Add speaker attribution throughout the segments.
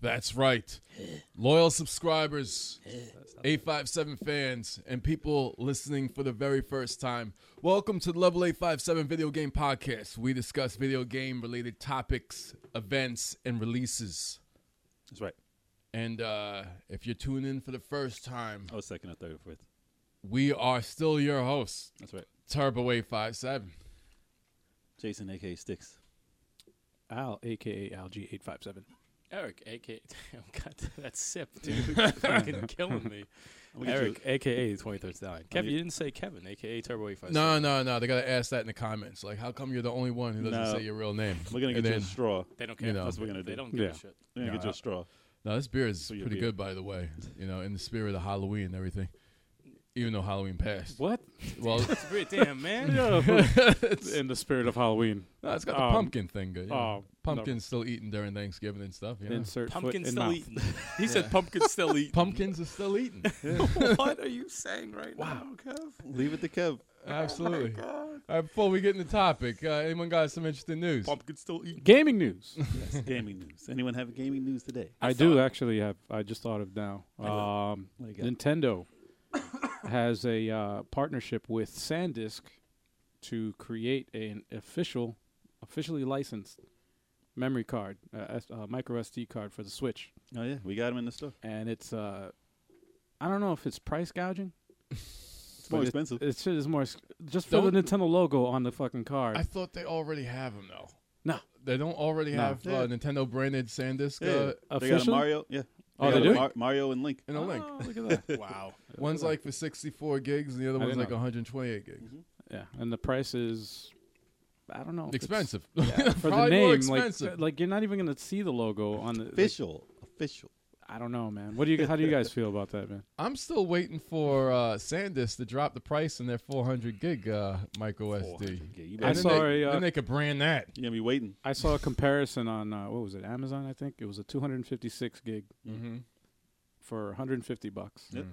Speaker 1: That's right. Loyal subscribers, 857 fans, and people listening for the very first time. Welcome to the Level 857 Video Game Podcast. We discuss video game related topics, events, and releases.
Speaker 2: That's right.
Speaker 1: And uh, if you're tuning in for the first time,
Speaker 2: I was second or third or fourth.
Speaker 1: we are still your hosts,
Speaker 2: That's right.
Speaker 1: Turbo 857.
Speaker 2: Jason, aka Sticks.
Speaker 3: Al, aka Alg eight five seven.
Speaker 4: Eric, aka oh god, that sip, dude, fucking killing me.
Speaker 2: I'm gonna get
Speaker 4: Eric, aka the twenty third stallion.
Speaker 2: get-
Speaker 4: Kevin, you didn't say Kevin, aka Turbo Eight Five.
Speaker 1: No, no, no. They got to ask that in the comments. Like, how come you're the only one who doesn't
Speaker 2: No.
Speaker 1: say your real name?
Speaker 2: you- we're gonna
Speaker 1: And
Speaker 2: get you a
Speaker 1: then-
Speaker 2: straw.
Speaker 4: they don't care.
Speaker 1: you know.
Speaker 2: That's what we're gonna
Speaker 4: They
Speaker 2: do.
Speaker 4: don't give
Speaker 3: Yeah.
Speaker 4: a shit.
Speaker 2: We're gonna
Speaker 1: No,
Speaker 2: get you
Speaker 1: I-
Speaker 2: a straw.
Speaker 1: No, this beer is
Speaker 2: For your
Speaker 1: pretty
Speaker 2: beer.
Speaker 1: good, by the way. You know, in the spirit of Halloween and everything. Even though Halloween passed.
Speaker 3: What?
Speaker 1: Well,
Speaker 4: That's great, damn man.
Speaker 3: In the spirit of Halloween.
Speaker 1: no, it's got the
Speaker 3: Um,
Speaker 1: pumpkin thing good. you know.
Speaker 3: oh,
Speaker 1: Pumpkin's still eating during Thanksgiving and stuff. You know?
Speaker 3: Insert
Speaker 4: Pumpkin
Speaker 3: foot in
Speaker 4: still
Speaker 3: mouth.
Speaker 4: eating. He said pumpkin still eating.
Speaker 1: Pumpkins are still eating.
Speaker 3: Oh
Speaker 4: what are you saying right wow. now, Kev? Oh
Speaker 2: Leave it to Kev.
Speaker 1: Absolutely. All right, before we get into the topic, uh, anyone got some interesting news?
Speaker 4: Pumpkin still eating.
Speaker 3: Gaming news.
Speaker 2: Yes, gaming news. Anyone have gaming news today?
Speaker 3: I do actually have. I just thought of now. Um,
Speaker 2: What do you got?
Speaker 3: Nintendo has a uh, partnership with SanDisk to create an official, officially licensed memory card, uh, S- uh, micro SD card for the Switch,
Speaker 2: Oh yeah, we got him in the store.
Speaker 3: and it's. Uh, I don't know if it's price gouging.
Speaker 2: It's more
Speaker 3: But
Speaker 2: expensive.
Speaker 3: It's just more ex- just for the
Speaker 1: Don't-
Speaker 3: Nintendo logo on the fucking card.
Speaker 1: I thought they already have them, though.
Speaker 3: No.
Speaker 1: They don't already
Speaker 3: No.
Speaker 1: have uh,
Speaker 2: Yeah.
Speaker 1: Nintendo branded SanDisk
Speaker 2: yeah,
Speaker 1: uh,
Speaker 2: they got a
Speaker 3: official?
Speaker 2: Mario. Yeah.
Speaker 3: Oh,
Speaker 2: got
Speaker 3: they
Speaker 2: a
Speaker 3: do?
Speaker 2: Mar- Mario and Link.
Speaker 1: in a link.
Speaker 3: Oh, look at that.
Speaker 4: Wow.
Speaker 1: One's like for 64 gigs, and the other
Speaker 3: I
Speaker 1: one's
Speaker 3: didn't
Speaker 1: like
Speaker 3: know.
Speaker 1: 128
Speaker 2: Mm-hmm.
Speaker 1: gigs.
Speaker 3: yeah, and the price is I don't know. if it's-
Speaker 1: Expensive.
Speaker 3: for the
Speaker 1: Probably
Speaker 3: name.
Speaker 1: more
Speaker 3: Like,
Speaker 1: expensive.
Speaker 3: th- like you're not even gonna see the logo on the. like,
Speaker 2: Official. Official.
Speaker 3: I don't know, man. What do you? How do you guys feel about that, man?
Speaker 1: I'm still waiting for uh, SanDisk to drop the price on their 400 gig uh, micro SD.
Speaker 2: Yeah, you
Speaker 1: And
Speaker 3: I
Speaker 1: then
Speaker 2: better.
Speaker 3: saw
Speaker 1: they,
Speaker 3: a, uh,
Speaker 1: then they could brand that.
Speaker 2: You're gonna be waiting.
Speaker 3: I saw a comparison on uh, what was it? Amazon, I think. It was a 256 gig
Speaker 1: Mm-hmm.
Speaker 3: for 150 bucks,
Speaker 2: Yep.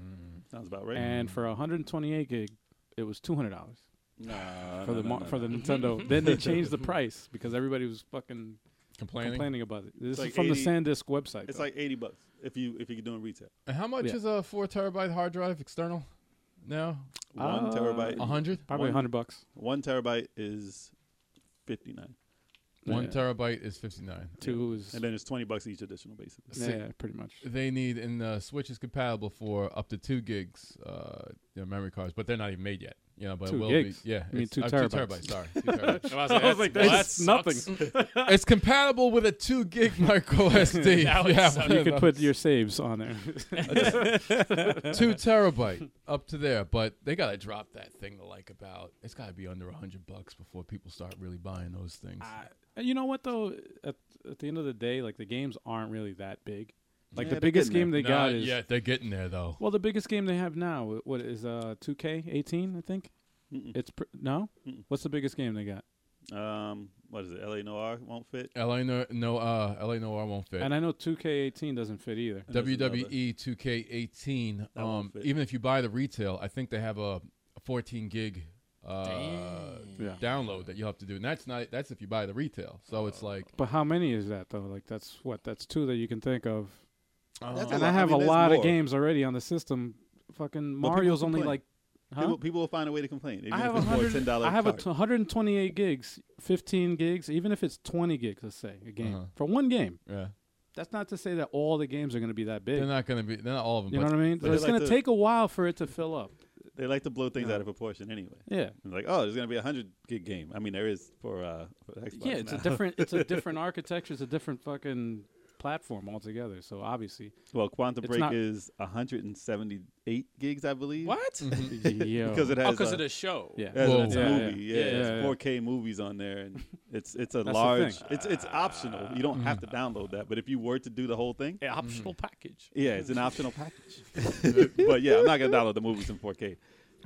Speaker 2: Sounds about right.
Speaker 3: and for 128 gig, it was 200 dollars
Speaker 2: Nah,
Speaker 3: for
Speaker 2: no,
Speaker 3: the
Speaker 2: no,
Speaker 3: mar-
Speaker 2: no,
Speaker 3: for the
Speaker 2: no.
Speaker 3: Nintendo. then they changed the price because everybody was fucking
Speaker 1: Complaining.
Speaker 3: complaining about it. This is
Speaker 2: like
Speaker 3: from
Speaker 2: 80
Speaker 3: the SanDisk website.
Speaker 2: It's
Speaker 3: though.
Speaker 2: like eighty bucks if you if you're doing retail.
Speaker 1: And how much
Speaker 3: Yeah.
Speaker 1: is a four terabyte hard drive external? Now
Speaker 2: One
Speaker 3: Uh,
Speaker 2: terabyte.
Speaker 1: a hundred.
Speaker 3: probably
Speaker 2: one-
Speaker 3: 100 bucks.
Speaker 2: One terabyte is fifty nine.
Speaker 1: One
Speaker 3: Yeah.
Speaker 1: terabyte is 59.
Speaker 3: Two is
Speaker 2: And then it's twenty bucks each additional, basically.
Speaker 1: See,
Speaker 3: yeah, pretty much.
Speaker 1: They need, and the Switch is compatible for up to two gigs, uh, you know, memory cards, but they're not even made yet. You know, but
Speaker 3: Two
Speaker 1: it will
Speaker 3: gigs?
Speaker 1: be. Yeah,
Speaker 3: You mean
Speaker 1: it's-
Speaker 3: two
Speaker 1: uh,
Speaker 3: terabytes.
Speaker 1: terabytes. Sorry, two terabytes.
Speaker 4: I was like, that's, well, that
Speaker 3: That's nothing.
Speaker 4: sucks.
Speaker 1: it's compatible with a two gig micro SD.
Speaker 4: Now
Speaker 1: if
Speaker 4: it
Speaker 1: have
Speaker 4: sucks.
Speaker 1: one
Speaker 3: You
Speaker 1: of
Speaker 3: could put
Speaker 1: those.
Speaker 3: your saves on there.
Speaker 1: two terabyte up to there, but they gotta drop that thing to like about. It's gotta be under a hundred bucks before people start really buying those things.
Speaker 3: Uh, you know what though? At, at the end of the day, like the games aren't really that big.
Speaker 2: Yeah,
Speaker 3: Like the
Speaker 2: they're
Speaker 3: biggest
Speaker 2: getting
Speaker 3: game they
Speaker 1: Nah,
Speaker 3: got is
Speaker 1: yeah, they're getting there though.
Speaker 3: well, the biggest game they have now. What is uh 2K18? I think
Speaker 2: Mm-mm.
Speaker 3: it's pr- no.
Speaker 2: Mm-mm.
Speaker 3: What's the biggest game they got? Um,
Speaker 2: Um, what is it? LA Noir won't fit.
Speaker 1: LA no, no uh, LA Noir won't fit. E
Speaker 3: And I know 2K18 doesn't fit either.
Speaker 2: And there's another.
Speaker 1: WWE 2K18.
Speaker 2: That won't
Speaker 1: Um,
Speaker 2: fit.
Speaker 1: even if you buy the retail, I think they have a 14 gig uh,
Speaker 4: Damn.
Speaker 3: Yeah.
Speaker 1: download that you'll have to do, and that's not that's if you buy the retail. So it's like
Speaker 3: But how many is that though? Like that's what that's two that you can think of.
Speaker 2: That's
Speaker 1: uh,
Speaker 2: a
Speaker 3: And
Speaker 2: lot-
Speaker 3: I
Speaker 2: I
Speaker 3: have
Speaker 2: mean,
Speaker 3: Oh. a
Speaker 2: there's
Speaker 3: lot of
Speaker 2: more.
Speaker 3: games already on the system. Fucking
Speaker 2: people
Speaker 3: Mario's only
Speaker 2: complain.
Speaker 3: like. Huh?
Speaker 2: People, people will find a way to complain. even
Speaker 3: I
Speaker 2: if
Speaker 3: have a
Speaker 2: it's for
Speaker 3: hundred.
Speaker 2: $10
Speaker 3: I have a
Speaker 2: card.
Speaker 3: t- 128 gigs, 15 gigs, even if it's 20 gigs, let's say a game
Speaker 1: Uh-huh.
Speaker 3: for one game.
Speaker 1: yeah.
Speaker 3: That's not to say that all the games are going to be that big.
Speaker 1: They're not gonna be. They're not all of them.
Speaker 3: you know
Speaker 1: but
Speaker 3: what I mean?
Speaker 2: but
Speaker 3: So
Speaker 2: they
Speaker 3: it's
Speaker 2: like
Speaker 3: going to
Speaker 2: to-
Speaker 3: take a while for it to fill up.
Speaker 2: They like to blow things
Speaker 3: No.
Speaker 2: out of proportion anyway.
Speaker 3: Yeah,
Speaker 2: It's like, oh, there's gonna be a hundred gig game. I mean, there is for uh, for Xbox.
Speaker 3: yeah. It's a
Speaker 2: now.
Speaker 3: different. It's a different architecture. It's a different fucking platform altogether. So obviously,
Speaker 2: well, Quantum
Speaker 3: it's
Speaker 2: Break
Speaker 3: not-
Speaker 2: is 178 gigs, I believe.
Speaker 4: What?
Speaker 1: Mm-hmm.
Speaker 3: yeah,
Speaker 2: Because it
Speaker 4: Oh,
Speaker 2: has
Speaker 4: because
Speaker 2: a,
Speaker 4: of the show.
Speaker 3: yeah.
Speaker 2: it has
Speaker 1: Whoa.
Speaker 2: a- it's a
Speaker 3: Yeah, yeah,
Speaker 2: movie. Yeah,
Speaker 4: yeah,
Speaker 2: it's
Speaker 3: yeah.
Speaker 2: 4K movies on there, and it's it's a
Speaker 3: That's the
Speaker 2: large.
Speaker 3: thing. Mm.
Speaker 2: It's it's optional. You don't have to download that, but if you were to do the whole thing,
Speaker 4: Yeah, optional package.
Speaker 2: yeah, it's an optional package. but yeah, I'm not gonna download the movies in 4K.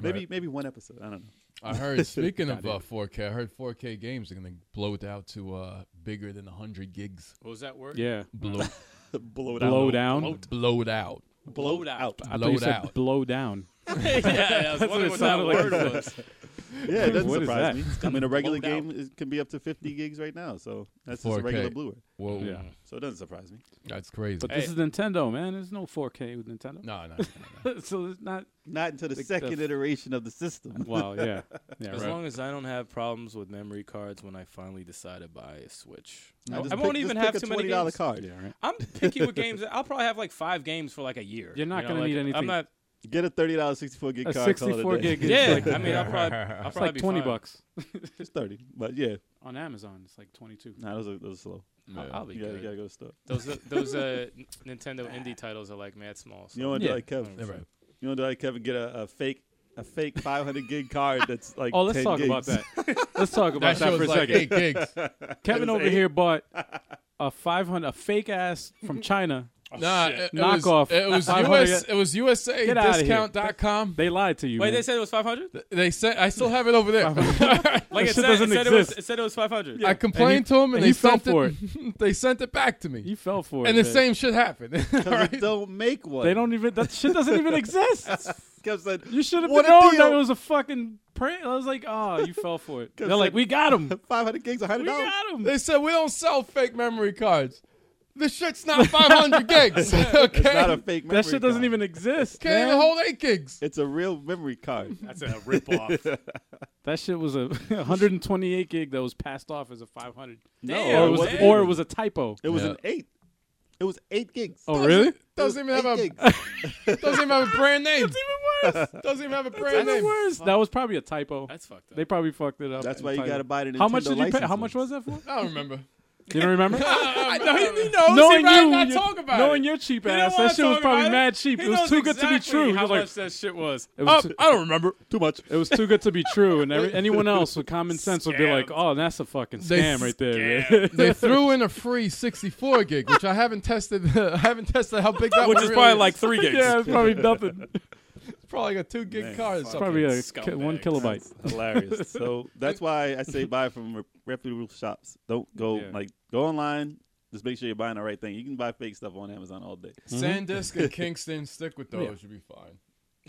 Speaker 2: Maybe maybe one episode. I don't know.
Speaker 1: I heard. Speaking of uh, 4K, I heard 4K games are gonna blow it out to uh, bigger than 100 gigs.
Speaker 4: What was that word?
Speaker 3: yeah.
Speaker 1: Blow,
Speaker 2: Blow it
Speaker 3: Blow
Speaker 2: out.
Speaker 3: down.
Speaker 1: blow it out.
Speaker 2: Blow it out.
Speaker 3: I thought
Speaker 1: Blowed
Speaker 3: you said
Speaker 1: out.
Speaker 3: blow down.
Speaker 4: yeah, yeah, I was wondering
Speaker 3: it
Speaker 4: what that
Speaker 3: sounded like.
Speaker 4: word was.
Speaker 2: Yeah, it doesn't
Speaker 3: What is
Speaker 2: surprise
Speaker 3: that?
Speaker 2: me. I mean, a regular
Speaker 4: blown
Speaker 2: game is, can be up to 50 gigs right now, so that's just a
Speaker 1: 4K.
Speaker 2: regular bluer.
Speaker 1: Whoa,
Speaker 3: Yeah.
Speaker 2: So it doesn't surprise me.
Speaker 1: that's crazy.
Speaker 3: But
Speaker 4: Hey.
Speaker 3: this is Nintendo, man. There's no 4K with Nintendo.
Speaker 1: no, no, no, no.
Speaker 3: so it's not.
Speaker 2: Not until the
Speaker 3: Like the
Speaker 2: second
Speaker 3: f-
Speaker 2: iteration of the system.
Speaker 3: Wow. Yeah. Yeah.
Speaker 4: As
Speaker 3: right.
Speaker 4: long as I don't have problems with memory cards when I finally decide to buy a Switch,
Speaker 2: Now
Speaker 4: I,
Speaker 2: just
Speaker 4: I won't
Speaker 2: pick- just
Speaker 4: even
Speaker 2: pick
Speaker 4: have
Speaker 2: a
Speaker 4: too many
Speaker 2: $20
Speaker 4: games.
Speaker 2: card.
Speaker 3: yeah. Right.
Speaker 4: I'm picky with games. I'll probably have like five games for like a year.
Speaker 3: You're not
Speaker 4: you know,
Speaker 3: gonna
Speaker 4: like,
Speaker 3: need anything.
Speaker 4: I'm not.
Speaker 2: Get a thirty dollars sixty four gig
Speaker 3: A
Speaker 2: card. call it
Speaker 3: 64
Speaker 2: day.
Speaker 3: gig is
Speaker 4: Yeah,
Speaker 3: like,
Speaker 4: I mean, I'll probably. I'll
Speaker 1: It's
Speaker 3: it's
Speaker 4: probably
Speaker 3: like
Speaker 4: be
Speaker 3: 20
Speaker 4: fine.
Speaker 3: bucks
Speaker 2: it's thirty, but yeah,
Speaker 3: on Amazon. It's like 22.
Speaker 2: nah, those are those are slow.
Speaker 4: I'll, I'll be
Speaker 2: You gotta,
Speaker 4: good.
Speaker 2: gotta go to the store.
Speaker 4: Those uh, those uh, n- Nintendo indie titles are like mad small. So
Speaker 2: You don't want to
Speaker 3: Yeah.
Speaker 2: do like Kevin.
Speaker 1: Yeah, right.
Speaker 2: You want to do like Kevin? Get a, a fake a fake five hundred gig card that's like.
Speaker 3: Oh, let's
Speaker 2: 10
Speaker 3: talk
Speaker 2: gigs.
Speaker 3: about that. let's talk about
Speaker 1: That show
Speaker 3: that, for a
Speaker 1: was like
Speaker 3: second. Oh,
Speaker 1: eight gigs.
Speaker 3: Kevin
Speaker 2: It was
Speaker 3: over
Speaker 2: eight.
Speaker 3: here bought a 500, a fake ass from China.
Speaker 1: Nah,
Speaker 3: Oh,
Speaker 4: uh,
Speaker 1: it, it was,
Speaker 3: Knockoff.
Speaker 1: It was
Speaker 3: Five hundred-
Speaker 1: US. It was USA
Speaker 3: Get outta here.
Speaker 1: discount.com.
Speaker 3: They lied to you.
Speaker 4: wait,
Speaker 3: man.
Speaker 4: they said it was 500.
Speaker 1: They said I still have it over there.
Speaker 4: Like
Speaker 3: That
Speaker 4: it
Speaker 3: shit
Speaker 4: said,
Speaker 3: doesn't
Speaker 4: it, said it was,
Speaker 3: exist.
Speaker 4: it said it was 500.
Speaker 1: I complained to them, and,
Speaker 3: and
Speaker 1: they
Speaker 3: you fell
Speaker 1: sent
Speaker 3: for
Speaker 1: it. they sent it back to me,
Speaker 3: you fell for it.
Speaker 1: and the
Speaker 3: man.
Speaker 1: same shit happened.
Speaker 2: Because
Speaker 1: All
Speaker 2: it
Speaker 1: right?
Speaker 2: don't make one.
Speaker 3: They don't even. That shit doesn't even exist.
Speaker 2: Because like,
Speaker 3: You should have
Speaker 2: What a
Speaker 3: known that
Speaker 2: deal.
Speaker 3: it was a fucking prank. I was like, oh, you fell for it. They're
Speaker 2: Cause
Speaker 3: like,
Speaker 2: it-
Speaker 3: we got him.
Speaker 2: five hundred gigs, hundred
Speaker 3: We
Speaker 2: dollars.
Speaker 3: got him.
Speaker 1: They said we don't sell fake memory cards. This shit's not 500 gigs. Okay,
Speaker 2: It's not a fake. Memory
Speaker 3: That shit doesn't
Speaker 2: card.
Speaker 3: even exist.
Speaker 1: can't even
Speaker 3: man.
Speaker 1: hold eight gigs.
Speaker 2: It's a real memory card.
Speaker 4: That's a ripoff.
Speaker 3: That shit was a 128 gig that was passed off as a 500.
Speaker 4: Yeah,
Speaker 3: or,
Speaker 2: it
Speaker 3: it was,
Speaker 2: wasn't
Speaker 4: man.
Speaker 3: or
Speaker 2: even.
Speaker 3: it was a typo.
Speaker 2: It was
Speaker 1: Yeah.
Speaker 2: an eight. It was eight gigs.
Speaker 3: Oh, really?
Speaker 1: Doesn't even have
Speaker 2: It was
Speaker 1: a
Speaker 2: eight gigs.
Speaker 1: doesn't even have a brand name. Doesn't even have a brand
Speaker 4: even
Speaker 1: name.
Speaker 4: worse.
Speaker 3: That was probably a typo.
Speaker 4: That's fucked up.
Speaker 3: They probably fucked it up.
Speaker 2: That's
Speaker 3: and
Speaker 2: why you
Speaker 3: typed
Speaker 2: gotta
Speaker 3: it.
Speaker 2: buy the Nintendo
Speaker 3: How much did you pay? How
Speaker 2: license
Speaker 3: much
Speaker 2: one.
Speaker 3: was that for?
Speaker 1: I don't remember.
Speaker 3: You don't remember?
Speaker 1: I know he knows.
Speaker 3: knowing
Speaker 1: he rather
Speaker 3: you,
Speaker 1: not
Speaker 3: you-
Speaker 1: talk about
Speaker 3: knowing
Speaker 1: it.
Speaker 3: your cheap
Speaker 4: He don't
Speaker 3: ass,
Speaker 4: wanna
Speaker 3: that shit was
Speaker 4: talk
Speaker 3: probably
Speaker 4: about
Speaker 3: mad cheap.
Speaker 4: He
Speaker 3: It was
Speaker 4: knows
Speaker 3: too good to be
Speaker 4: exactly
Speaker 3: true.
Speaker 4: How
Speaker 3: You're
Speaker 4: much
Speaker 3: like,
Speaker 4: that shit was?
Speaker 3: it
Speaker 1: Oh,
Speaker 3: was, too,
Speaker 1: I don't remember.
Speaker 2: Too much.
Speaker 3: it was too good to be true, and every, anyone else with common sense would be like,
Speaker 4: Scammed.
Speaker 3: "Oh, that's a fucking
Speaker 1: They
Speaker 3: scam right there."
Speaker 4: scammed.
Speaker 3: man."
Speaker 1: They threw in a free 64 gig, which I haven't tested. I haven't tested how big that
Speaker 4: Which
Speaker 1: one
Speaker 4: is
Speaker 1: really
Speaker 4: probably like three gigs.
Speaker 3: yeah, it's probably nothing.
Speaker 1: It's probably like a two gig
Speaker 2: Man,
Speaker 1: card.
Speaker 4: fuck.
Speaker 1: Or something.
Speaker 3: probably a
Speaker 4: Fucking
Speaker 3: ki- one
Speaker 4: scumbags.
Speaker 3: kilobyte.
Speaker 2: hilarious. so that's why I say buy from re- reputable shops. Don't go
Speaker 3: Yeah.
Speaker 2: like go online. Just make sure you're buying the right thing. You can buy fake stuff on Amazon all day.
Speaker 4: Mm-hmm.
Speaker 1: SanDisk and Kingston stick with those.
Speaker 3: Yeah.
Speaker 1: You'll be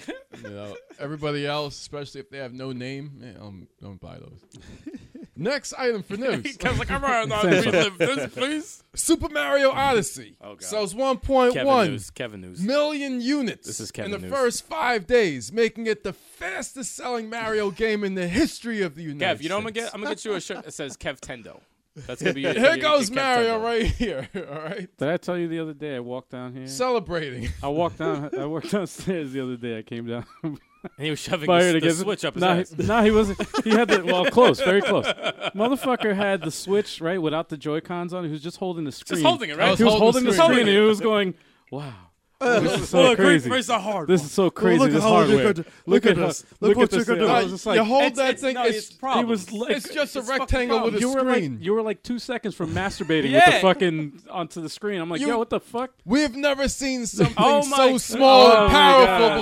Speaker 1: fine. you know, everybody else, especially if they have no name, man, um, don't buy those. Next item for news:
Speaker 4: Because like I'm running on relive this, please.
Speaker 1: Super Mario Odyssey
Speaker 4: Oh, God.
Speaker 1: sells
Speaker 4: Kevin
Speaker 1: 1.1
Speaker 4: news. Kevin news.
Speaker 1: million units
Speaker 4: This is
Speaker 1: in
Speaker 4: Kevin
Speaker 1: the
Speaker 4: news.
Speaker 1: first five days, making it the fastest-selling Mario game in the history of the United
Speaker 4: Kev,
Speaker 1: States.
Speaker 4: you know I'm gonna get. I'm gonna get you a shirt that says Kev Tendo. That's gonna be your,
Speaker 1: Here
Speaker 4: your-
Speaker 1: goes
Speaker 4: your Kev
Speaker 1: Mario
Speaker 4: Tendo.
Speaker 1: right here. All right,
Speaker 3: Did I tell you the other day I walked down here?
Speaker 1: celebrating.
Speaker 3: I walked down. I walked downstairs the other day. I came down.
Speaker 4: And he was shoving
Speaker 3: Fired
Speaker 4: the, the
Speaker 3: against
Speaker 4: switch up his
Speaker 3: nah,
Speaker 4: ass.
Speaker 3: he- nah, he wasn't. He had the well, close, very close. Motherfucker had the switch right without the Joy Cons on. He was just holding the screen.
Speaker 4: Just holding it, right?
Speaker 1: was
Speaker 3: He was
Speaker 1: Holding
Speaker 3: holding
Speaker 1: the
Speaker 3: the
Speaker 1: screen.
Speaker 3: screen and he was going, "Wow, this is so crazy.
Speaker 4: Where's the hard?
Speaker 3: This is so crazy.
Speaker 2: look at
Speaker 3: this
Speaker 2: how you
Speaker 3: hardware.
Speaker 2: could- look at
Speaker 3: how-
Speaker 2: this. Look
Speaker 3: Look
Speaker 2: what
Speaker 3: at
Speaker 2: you
Speaker 3: this.
Speaker 2: could
Speaker 3: thing."
Speaker 2: do.
Speaker 3: I
Speaker 1: Nah,
Speaker 3: was just
Speaker 1: you
Speaker 3: like,
Speaker 1: hold
Speaker 4: it's-
Speaker 1: that
Speaker 4: it's-
Speaker 1: thing.
Speaker 4: no,
Speaker 1: it's
Speaker 4: it's problems.
Speaker 1: He was
Speaker 4: It's
Speaker 1: like, it's just a
Speaker 4: fucking
Speaker 1: rectangle with a
Speaker 4: problems.
Speaker 3: you were
Speaker 1: screen.
Speaker 3: like you were like two seconds from masturbating with
Speaker 4: Yeah.
Speaker 3: the fucking onto the screen. I'm like,
Speaker 1: You-
Speaker 3: yo, what the fuck?
Speaker 1: We've never seen something
Speaker 4: Oh my
Speaker 1: so
Speaker 4: God.
Speaker 1: small
Speaker 3: Oh
Speaker 1: and
Speaker 3: my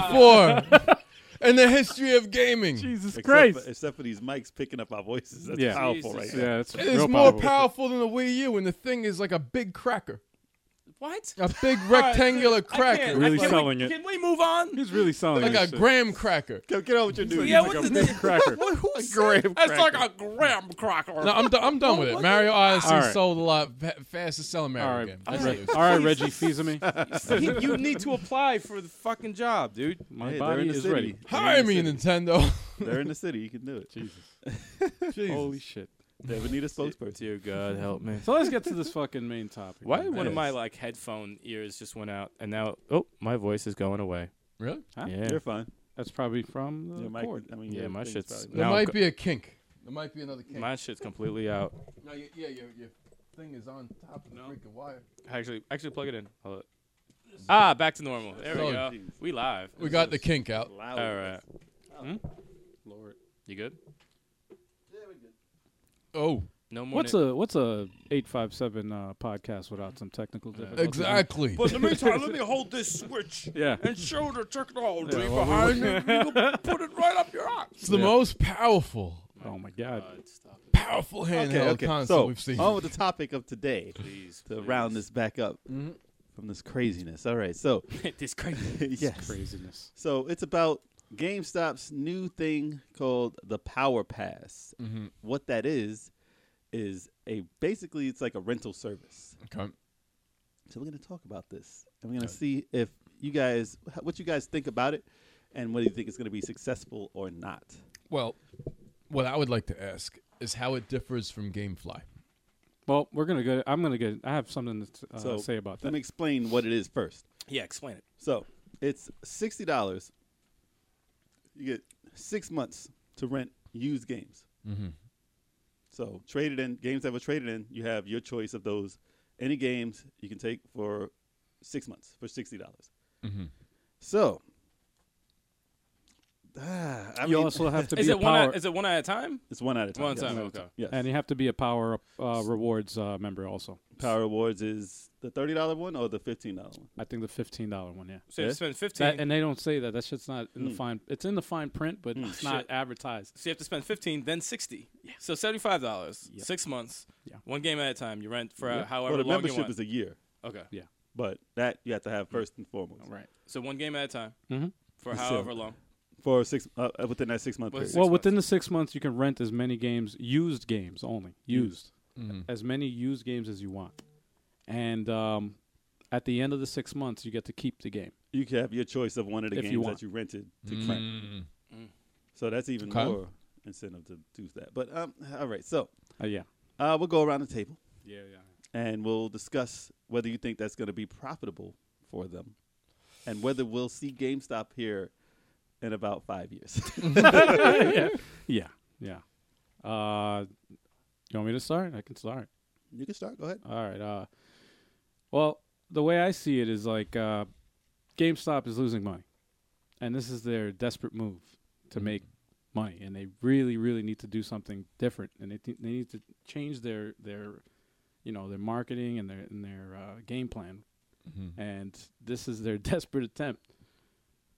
Speaker 1: powerful before in the history of gaming.
Speaker 3: Jesus
Speaker 2: Except
Speaker 3: Christ!
Speaker 2: for, except for these mics picking up our voices. That's
Speaker 3: Yeah.
Speaker 2: powerful right
Speaker 4: Jesus.
Speaker 2: now.
Speaker 3: yeah, it's,
Speaker 1: It is
Speaker 3: real
Speaker 1: more
Speaker 3: powerful.
Speaker 1: powerful than the Wii U, and the thing is like a big cracker,
Speaker 4: What?
Speaker 1: a big rectangular cracker,
Speaker 3: Really
Speaker 4: can
Speaker 3: selling
Speaker 4: we,
Speaker 3: it.
Speaker 4: Can we move on?
Speaker 3: He's really selling
Speaker 1: like
Speaker 3: this
Speaker 1: a
Speaker 3: shit.
Speaker 1: graham cracker.
Speaker 2: Go get on with your dude.
Speaker 4: Yeah, what the
Speaker 3: cracker.
Speaker 4: What, who said-
Speaker 2: graham
Speaker 4: That's
Speaker 2: cracker.
Speaker 4: like a graham cracker.
Speaker 1: No, I'm, do- I'm done with it.
Speaker 4: look
Speaker 1: Mario Odyssey
Speaker 3: All right.
Speaker 1: sold a lot fa- fastest selling Mario
Speaker 3: All right,
Speaker 1: game.
Speaker 3: all
Speaker 1: That's
Speaker 3: right,
Speaker 1: it.
Speaker 3: all right, Reggie Fizame,
Speaker 4: He- you need to apply for the fucking job, dude.
Speaker 2: Hey,
Speaker 3: my
Speaker 2: they're
Speaker 3: body
Speaker 2: in the
Speaker 3: is
Speaker 2: city.
Speaker 3: ready.
Speaker 1: Hire me, Nintendo.
Speaker 2: They're in the city. You can do it.
Speaker 3: Jesus,
Speaker 1: Jesus.
Speaker 3: holy shit!
Speaker 2: They would need a spokesperson.
Speaker 4: Dear God, help me.
Speaker 3: So let's get to this fucking main topic.
Speaker 4: Why
Speaker 3: man.
Speaker 4: one of my like headphone ears just went out, and now oh, my voice is going away.
Speaker 1: Really?
Speaker 3: Huh?
Speaker 4: Yeah,
Speaker 2: You're fine.
Speaker 3: That's probably from the
Speaker 2: Your mic,
Speaker 3: cord.
Speaker 2: I mean,
Speaker 4: Yeah,
Speaker 2: your
Speaker 4: my
Speaker 2: thing's
Speaker 4: shit's-
Speaker 2: probably-
Speaker 1: There
Speaker 4: Now I'm
Speaker 1: might
Speaker 4: co-
Speaker 1: be a kink. There might be another kink.
Speaker 4: my shit's completely out.
Speaker 1: no, y- yeah, your, your thing is on top of the freaking wire.
Speaker 4: Actually, actually, plug it in. Hold it. Ah, back to normal. There we
Speaker 1: Oh,
Speaker 4: go.
Speaker 2: jeez.
Speaker 4: We live.
Speaker 1: We got the kink out.
Speaker 2: Loud.
Speaker 4: All right.
Speaker 3: Oh.
Speaker 4: Hmm?
Speaker 2: Lord.
Speaker 4: You good?
Speaker 1: Oh,
Speaker 4: No more.
Speaker 3: What's
Speaker 4: ni-
Speaker 3: a what's a eight five seven uh, podcast without some technical difficulties?
Speaker 1: exactly.
Speaker 5: But in the meantime, let me hold this switch
Speaker 3: Yeah.
Speaker 5: and show the technology
Speaker 3: Yeah, well, we-
Speaker 5: behind it. You can put it right up your ass.
Speaker 1: It's the
Speaker 3: Yeah.
Speaker 1: most powerful,
Speaker 3: Oh my god.
Speaker 4: Stop it,
Speaker 1: powerful handheld
Speaker 2: Okay, okay.
Speaker 1: console
Speaker 2: So,
Speaker 1: we've seen.
Speaker 3: oh.
Speaker 2: on with the topic of today
Speaker 4: please.
Speaker 2: to round this back up from this craziness. All right, so
Speaker 4: this crazy.
Speaker 2: yes,
Speaker 3: Craziness.
Speaker 2: so it's about GameStop's new thing called the Power Pass.
Speaker 3: Mm-hmm.
Speaker 2: What that is is a basically it's like a rental service.
Speaker 1: Okay.
Speaker 2: So we're gonna talk about this, and we're gonna see if you guys h- what you guys think about it, and whether you think it's gonna be successful or not.
Speaker 1: Well, what I would like to ask is how it differs from GameFly.
Speaker 3: Well, we're gonna go. I'm gonna get. I have something to uh,
Speaker 2: So
Speaker 3: say about
Speaker 2: Let
Speaker 3: that.
Speaker 2: me explain what it is first.
Speaker 4: Yeah, explain it.
Speaker 2: So it's sixty dollars. You get six months to rent used games. Mm-hmm. So traded in games that were traded in, you have your choice of those. Any games you can take for six months for sixty dollars.
Speaker 4: Mm-hmm.
Speaker 2: So. ah, I
Speaker 3: you
Speaker 2: mean,
Speaker 3: also have to be
Speaker 4: Is
Speaker 3: a
Speaker 4: it one?
Speaker 3: power,
Speaker 4: At, is it one at a time?
Speaker 2: it's one at a time.
Speaker 4: One
Speaker 2: yes.
Speaker 4: time, okay.
Speaker 2: Yes.
Speaker 3: and you have to be a power up uh, rewards uh, member also.
Speaker 2: Power Awards is the thirty dollar one or the fifteen dollar one.
Speaker 3: I think the fifteen dollar one. Yeah.
Speaker 4: So you
Speaker 2: Yeah.
Speaker 4: have to spend fifteen.
Speaker 3: That, and they don't say that. That shit's not in the fine. It's in the fine print, but it's not
Speaker 4: Hmm. Shit.
Speaker 3: advertised.
Speaker 4: so you have to spend fifteen, then sixty. So seventy-five dollars, six months,
Speaker 3: Yeah.
Speaker 4: one game at a time. You rent for uh, however
Speaker 2: Well, the
Speaker 4: long you
Speaker 2: membership
Speaker 4: want.
Speaker 2: is a year,
Speaker 4: okay.
Speaker 3: Yeah.
Speaker 2: but that you have to have first and foremost.
Speaker 4: Right. So one game at a time
Speaker 3: Mhm.
Speaker 4: for
Speaker 2: So-
Speaker 4: however long.
Speaker 2: for six uh, uh, within that six month
Speaker 4: Well,
Speaker 2: period.
Speaker 3: well,
Speaker 4: months.
Speaker 3: within the six months, Mm. you can rent as many games, used games only, used, as many used games as you want, and um, at the end of the six months, you get to keep the game.
Speaker 2: you can have your choice of one of the
Speaker 3: If you
Speaker 2: games
Speaker 3: want. Mm.
Speaker 2: that you rented to keep.
Speaker 1: Mm-hmm.
Speaker 2: So that's even
Speaker 1: Okay.
Speaker 2: more incentive to do that. But um, all right, so
Speaker 3: Uh, yeah.
Speaker 2: uh, we'll go around the table
Speaker 3: Yeah, yeah.
Speaker 2: and we'll discuss whether you think that's going to be profitable for them, and whether we'll see GameStop here in about five years.
Speaker 3: yeah, yeah, yeah. Uh, you want me to start? I can start.
Speaker 2: you can start. Go ahead.
Speaker 3: All right. Uh, well, the way I see it is like uh, GameStop is losing money, and this is their desperate move to make money, and they really, really need to do something different, and they th- they need to change their their you know their marketing and their and their uh, game plan, and this is their desperate attempt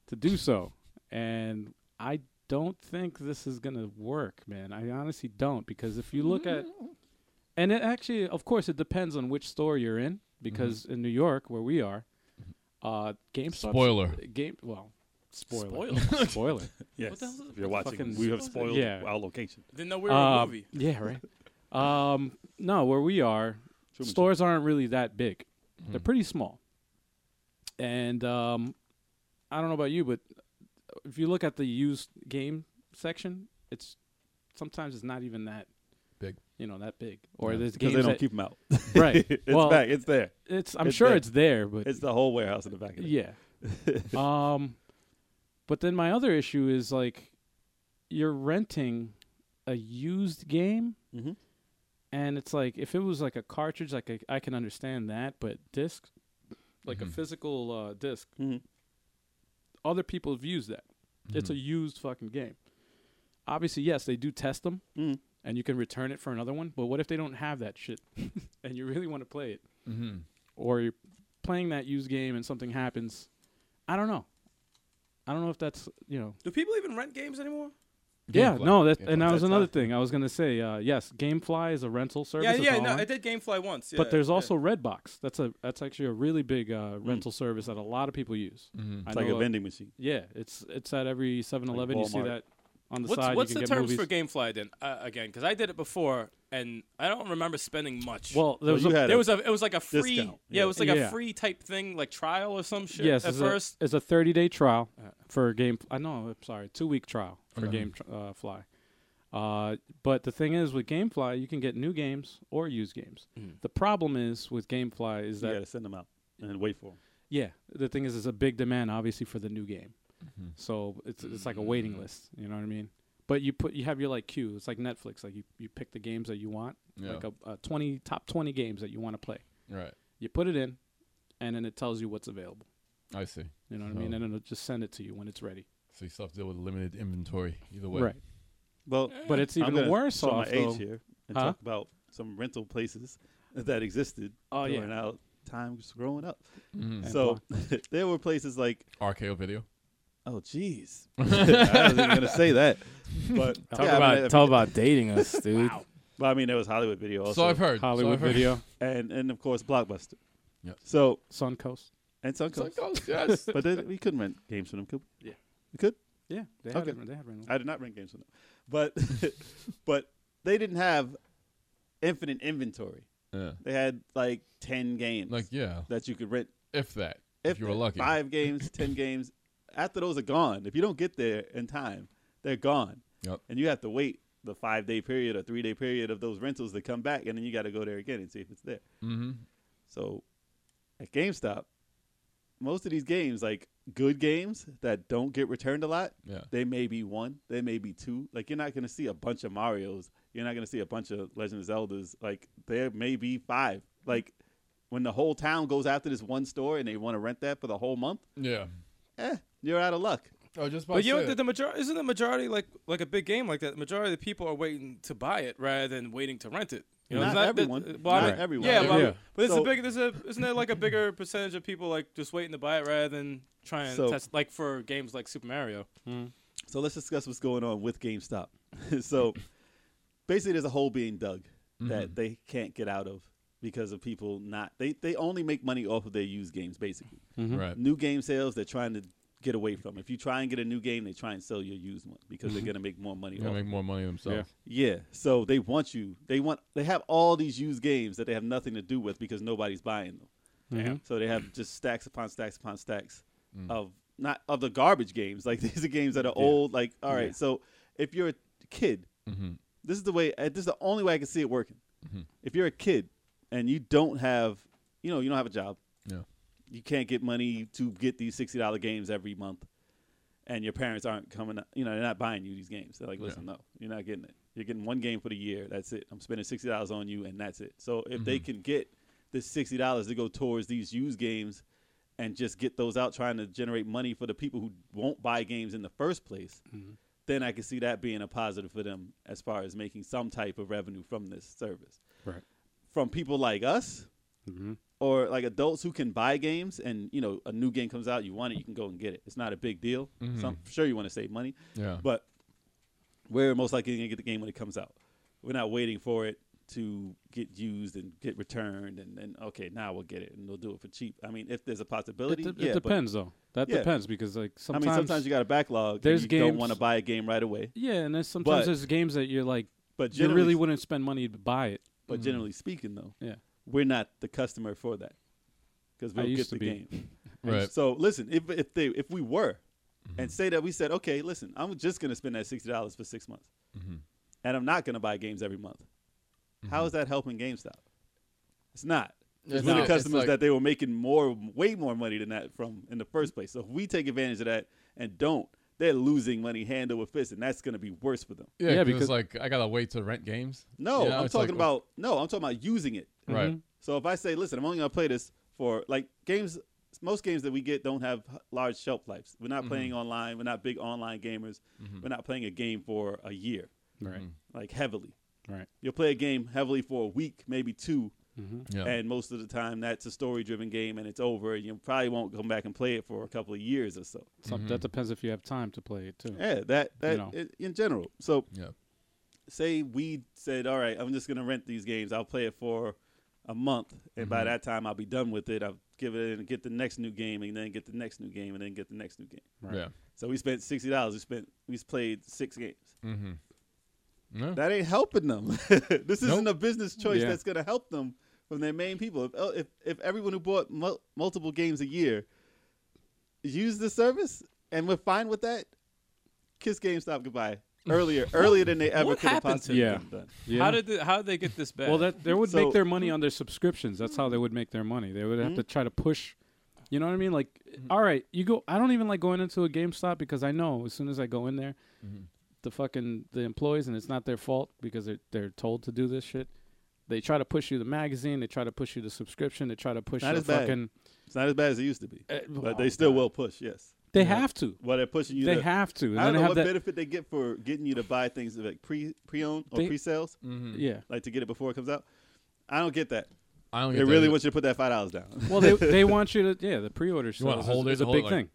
Speaker 3: to do so, and I don't think this is gonna work, man. I honestly don't because if you look at
Speaker 4: Mm-hmm.
Speaker 3: and it actually, of course, it depends on which store you're in. Because
Speaker 4: Mm-hmm.
Speaker 3: in New York, where we are, uh, GameStop
Speaker 1: Spoiler.
Speaker 3: game. Well, spoiler,
Speaker 4: Spoiler.
Speaker 3: spoiler.
Speaker 2: Yes.
Speaker 4: What the hell is-
Speaker 2: if you're watching,
Speaker 3: fucking-
Speaker 2: we have spoiled
Speaker 3: Yeah.
Speaker 2: our location.
Speaker 4: Didn't know we were
Speaker 3: Uh,
Speaker 4: a movie.
Speaker 3: Yeah, right. um, no, where we are,
Speaker 2: Truman Show.
Speaker 3: stores aren't really that big.
Speaker 1: Mm-hmm. Hmm.
Speaker 3: They're pretty small. And um, I don't know about you, but if you look at the used game section, it's sometimes it's not even that
Speaker 1: Big.
Speaker 3: You know that big, or there's
Speaker 2: Because
Speaker 3: games
Speaker 2: they don't
Speaker 3: that-
Speaker 2: keep them out.
Speaker 3: right.
Speaker 2: it's
Speaker 3: well,
Speaker 2: back. It's there.
Speaker 3: it's I'm
Speaker 2: It's
Speaker 3: sure
Speaker 2: there.
Speaker 3: it's there, but
Speaker 2: It's the whole warehouse in the back. Of it.
Speaker 3: yeah. um, but then my other issue is like, you're renting a used game,
Speaker 2: Mhm.
Speaker 3: and it's like if it was like a cartridge, like I I can understand that, but disc, like a physical uh, disk
Speaker 2: Mhm.
Speaker 3: other people have used that. It's a used fucking game. Obviously, yes, they do test them,
Speaker 2: Mhm.
Speaker 3: and you can return it for another one. But what if they don't have that shit, and you really want to play it,
Speaker 1: Mm-hmm.
Speaker 3: or you're playing that used game and something happens? I don't know. I don't know if that's you know.
Speaker 4: Do people even rent games anymore?
Speaker 3: yeah,
Speaker 1: Gamefly.
Speaker 3: no, that and
Speaker 1: Gamefly.
Speaker 3: that was
Speaker 2: That's
Speaker 3: another
Speaker 2: a-
Speaker 3: thing I was gonna say. Uh, yes, GameFly is a rental service.
Speaker 4: Yeah,
Speaker 3: it's
Speaker 4: yeah. No,
Speaker 3: online.
Speaker 4: I did GameFly once. Yeah,
Speaker 3: But there's
Speaker 4: yeah.
Speaker 3: also Redbox. That's a that's actually a really big uh, rental service that a lot of people use. I
Speaker 2: It's like
Speaker 3: know,
Speaker 2: a
Speaker 3: uh,
Speaker 2: vending machine.
Speaker 3: Yeah, it's it's at every 7-Eleven. you see
Speaker 2: Walmart.
Speaker 3: that on the
Speaker 4: What's,
Speaker 3: side.
Speaker 4: what's
Speaker 3: you can
Speaker 4: the
Speaker 3: get
Speaker 4: terms
Speaker 3: movies.
Speaker 4: for GameFly then? Uh, again, because I did it before and I don't remember spending much.
Speaker 3: Well,
Speaker 2: Well,
Speaker 3: there was
Speaker 2: Oh, you
Speaker 3: a,
Speaker 2: had
Speaker 4: there
Speaker 2: a-
Speaker 4: was a it was like a free yeah,
Speaker 2: Discount,
Speaker 4: it was like
Speaker 3: Yeah.
Speaker 4: a free type thing like trial or some shit
Speaker 3: yes,
Speaker 4: at
Speaker 3: it's
Speaker 4: first. Uh.
Speaker 3: a, it's a 30 day trial for a game. I know, I'm sorry, two week trial for
Speaker 2: Uh-huh.
Speaker 3: Game tr- uh, Fly. Uh, but the thing is, with GameFly, you can get new games or used games.
Speaker 4: Mm.
Speaker 3: The problem is with GameFly is
Speaker 2: You
Speaker 3: that
Speaker 2: got to send them out and wait for them.
Speaker 3: yeah, the thing is, it's a big demand obviously for the new game.
Speaker 2: Mm-hmm.
Speaker 3: So it's it's like a waiting list. You know what I mean? But you put you have your like queue. It's like Netflix. Like you, you pick the games that you want,
Speaker 1: Yeah.
Speaker 3: like a, a twenty top twenty games that you want to play.
Speaker 1: Right.
Speaker 3: You put it in, and then it tells you what's available.
Speaker 1: I see.
Speaker 3: You know what I mean?
Speaker 2: Oh.
Speaker 1: So-
Speaker 3: And it'll just send it to you when it's ready.
Speaker 1: So you still have to deal with limited inventory either way.
Speaker 3: Right.
Speaker 2: Well,
Speaker 3: But it's
Speaker 2: I'm
Speaker 3: even
Speaker 2: gonna
Speaker 3: worse
Speaker 2: show
Speaker 3: off
Speaker 2: my
Speaker 3: though.
Speaker 2: age here and
Speaker 3: Huh?
Speaker 2: talk about some rental places that existed
Speaker 3: Oh, yeah.
Speaker 2: during our times growing up.
Speaker 1: Mhm.
Speaker 2: So there were places like,
Speaker 1: RKO video.
Speaker 2: oh, jeez, I wasn't going to say that, but
Speaker 4: Talk
Speaker 2: yeah,
Speaker 4: about
Speaker 2: I mean,
Speaker 4: talk about dating us, dude.
Speaker 2: well, I mean, there was Hollywood Video also,
Speaker 1: so I've heard. So
Speaker 3: Hollywood
Speaker 1: I've heard.
Speaker 3: video,
Speaker 2: and and of course Blockbuster.
Speaker 1: Yep.
Speaker 2: So
Speaker 3: Suncoast.
Speaker 2: and Suncoast,
Speaker 1: Suncoast, yes.
Speaker 2: but then we couldn't rent games from them, could we?
Speaker 3: Yeah.
Speaker 2: we could.
Speaker 3: Yeah, they had
Speaker 2: Okay.
Speaker 3: it- they had Ren.
Speaker 2: I did not rent games from them, but but they didn't have infinite inventory.
Speaker 1: Yeah.
Speaker 2: They had like ten games
Speaker 1: Like yeah,
Speaker 2: that you could rent.
Speaker 1: if that, if, you were
Speaker 2: that.
Speaker 1: lucky.
Speaker 2: five games, ten games. After those are gone, if you don't get there in time, they're gone,
Speaker 1: Yep.
Speaker 2: and you have to wait the five day period or three day period of those rentals to come back, and then you got to go there again and see if it's there.
Speaker 1: Mm-hmm.
Speaker 2: So at GameStop, most of these games, like good games that don't get returned a lot,
Speaker 1: Yeah.
Speaker 2: they may be one, they may be two. Like you're not gonna see a bunch of Mario's, you're not gonna see a bunch of Legend of Zelda's. Like there may be five. Like when the whole town goes after this one store and they want to rent that for the whole month,
Speaker 1: Yeah.
Speaker 2: eh, you're out of luck.
Speaker 1: Oh, just about
Speaker 4: But you
Speaker 1: to
Speaker 4: know,
Speaker 1: say
Speaker 4: the,
Speaker 1: that.
Speaker 4: the majority isn't the majority like like a big game like that. The majority of the people are waiting to buy it rather than waiting to rent it. You know,
Speaker 2: Not
Speaker 4: it's not that-
Speaker 2: everyone.
Speaker 4: well, I
Speaker 2: Not
Speaker 4: mean,
Speaker 2: everyone.
Speaker 4: Yeah, but,
Speaker 3: Yeah.
Speaker 4: but it's
Speaker 2: So-
Speaker 4: a big. There's a isn't there like a bigger percentage of people like just waiting to buy it rather than trying
Speaker 2: So-
Speaker 4: to test like for games like Super Mario.
Speaker 2: So let's discuss what's going on with GameStop. so basically, there's a hole being dug
Speaker 1: Mm-hmm.
Speaker 2: that they can't get out of because of people not they they only make money off of their used games basically.
Speaker 1: right.
Speaker 2: New game sales they're trying to get away from. If you try and get a new game, they try and sell your used one because they're gonna make more money.
Speaker 1: They're
Speaker 2: off.
Speaker 1: Mm-hmm. gonna make more money themselves.
Speaker 2: Yeah. So they want you. They want they have all these used games that they have nothing to do with because nobody's buying them.
Speaker 3: Yeah. Mm.
Speaker 2: So they have just stacks upon stacks upon stacks of not of the garbage games. Like these are games that are old. Like all right,
Speaker 3: Yeah. Mm-hmm.
Speaker 2: so if you're a kid, this is the way. uh, This is the only way I can see it working. If you're a kid and you don't have, you know, you don't have a job.
Speaker 1: Yeah.
Speaker 2: You can't get money to get these sixty dollar games every month, and your parents aren't coming. up- You know, they're not buying you these games. They're like, listen, no, you're not getting it. You're getting one game for the year. That's it. I'm spending sixty dollars on you, and that's it. So if they can get this sixty dollars to go towards these used games, and just get those out, trying to generate money for the people who won't buy games in the first place, then I can see that being a positive for them as far as making some type of revenue from this service.
Speaker 3: Right.
Speaker 2: From people like us,
Speaker 3: Mhm.
Speaker 2: or like adults who can buy games and you know a new game comes out you want it you can go and get it it's not a big deal
Speaker 3: Mm-hmm.
Speaker 2: Some, sure you want to save money
Speaker 1: Yeah.
Speaker 3: Uh-huh.
Speaker 2: but we're most likely going to get the game when it comes out we're not waiting for it to get used and get returned and then okay now we'll get it and they'll do it for cheap i mean if there's a
Speaker 3: It,
Speaker 2: possibility
Speaker 3: de- it
Speaker 2: yeah, but-
Speaker 3: depends though. That
Speaker 2: Yeah.
Speaker 3: depends because like
Speaker 2: i
Speaker 3: sometimes,
Speaker 2: mean sometimes you got a backlog and
Speaker 3: there's
Speaker 2: you don't
Speaker 3: games-
Speaker 2: want to buy a game right away
Speaker 3: yeah, and then sometimes
Speaker 2: But-
Speaker 3: there's games that you're like
Speaker 2: but
Speaker 3: you
Speaker 2: generally,
Speaker 3: really wouldn't spend money to buy it.
Speaker 2: but generally speaking though
Speaker 3: Yeah.
Speaker 2: we're not the customer for that because
Speaker 3: I
Speaker 2: we'll get
Speaker 3: used
Speaker 2: the
Speaker 3: to be. Uh,
Speaker 2: game
Speaker 1: right.
Speaker 2: So listen, if if they if we were,
Speaker 3: Mm-hmm.
Speaker 2: and say that we said, okay, listen, I'm just gonna spend that sixty dollars for six months,
Speaker 3: Mm-hmm.
Speaker 2: and I'm not gonna buy games every month. How is that helping GameStop? It's not. There's
Speaker 1: It's
Speaker 2: many
Speaker 1: not. It's
Speaker 2: customers
Speaker 1: like-
Speaker 2: that they were making more, way more money than that from in the first place. So if we take advantage of that and don't, they're losing money hand over fist, and that's gonna be worse for them.
Speaker 1: Yeah,
Speaker 3: Yeah,
Speaker 1: because
Speaker 3: because-
Speaker 1: like I gotta wait to rent games.
Speaker 2: No,
Speaker 1: You know,
Speaker 2: I'm
Speaker 1: it's like-
Speaker 2: talking about no, I'm talking about using it.
Speaker 3: Mm-hmm.
Speaker 1: right.
Speaker 2: So if I say, listen, I'm only gonna play this for like games. Most games that we get don't have h- large shelf lives. We're
Speaker 3: Mm-hmm.
Speaker 2: not playing online. We're not big online gamers. We're not playing a game for a year,
Speaker 3: Right.
Speaker 2: like heavily.
Speaker 3: Right.
Speaker 2: You'll play a game heavily for a week, maybe 2
Speaker 1: Yeah.
Speaker 2: and most of the time that's a story-driven game, and it's over. You probably won't come back and play it for a couple of years or so.
Speaker 3: Some, That depends if you have time to play it too.
Speaker 2: Yeah, that that
Speaker 3: know.
Speaker 2: i- in general. So
Speaker 1: yeah.
Speaker 2: say we said, all right, I'm just gonna rent these games. I'll play it for a month, and by that time I'll be done with it. I'll give it and get the next new game, and then get the next new game, and then get the next new game.
Speaker 3: Right.
Speaker 1: Yeah.
Speaker 2: So we spent sixty dollars. We spent we played six games.
Speaker 1: Mm-hmm. Yeah.
Speaker 2: That ain't helping them. this isn't
Speaker 1: Nope.
Speaker 2: a business choice
Speaker 3: Yeah.
Speaker 2: that's gonna help them from their main people. If oh, if, if everyone who bought mul- multiple games a year used the service, and we're fine with that, kiss GameStop goodbye earlier, earlier than they ever
Speaker 4: What
Speaker 2: could have
Speaker 4: happened to
Speaker 2: possibly
Speaker 3: them?
Speaker 2: been done.
Speaker 3: Yeah.
Speaker 4: How did the, how did they get this bad?
Speaker 3: well, that they would
Speaker 2: So-
Speaker 3: make their money on their subscriptions. That's how they would make their money. They would have to try to push. You know what I mean? Like, all right, you go. I don't even like going into a GameStop because I know as soon as I go in there, the fucking the employees and it's not their fault because they're they're told to do this shit. They try to push you the magazine. They try to push you the subscription. They try to push
Speaker 2: Not
Speaker 3: you
Speaker 2: as bad.
Speaker 3: fucking.
Speaker 2: It's not as bad as it used to be, but
Speaker 3: oh,
Speaker 2: they still will push. Yes,
Speaker 3: They have to.
Speaker 2: well they're pushing you.
Speaker 3: They
Speaker 2: to,
Speaker 3: have to. And
Speaker 2: I
Speaker 3: then
Speaker 2: don't
Speaker 3: they
Speaker 2: know
Speaker 3: have
Speaker 2: what
Speaker 3: that-
Speaker 2: benefit they get for getting you to buy things like pre pre owned or
Speaker 3: They- Mm.
Speaker 2: pre sales,
Speaker 3: Yeah.
Speaker 2: like to get it before it comes out. I don't get that.
Speaker 1: I don't
Speaker 2: They
Speaker 1: get that
Speaker 2: really
Speaker 1: either.
Speaker 2: want you to put that five dollars down,
Speaker 3: Well, they they want you to yeah the pre-order sales
Speaker 1: wanna
Speaker 3: is-
Speaker 1: hold it,
Speaker 3: is, a
Speaker 1: hold it,
Speaker 3: big
Speaker 1: like-
Speaker 3: thing.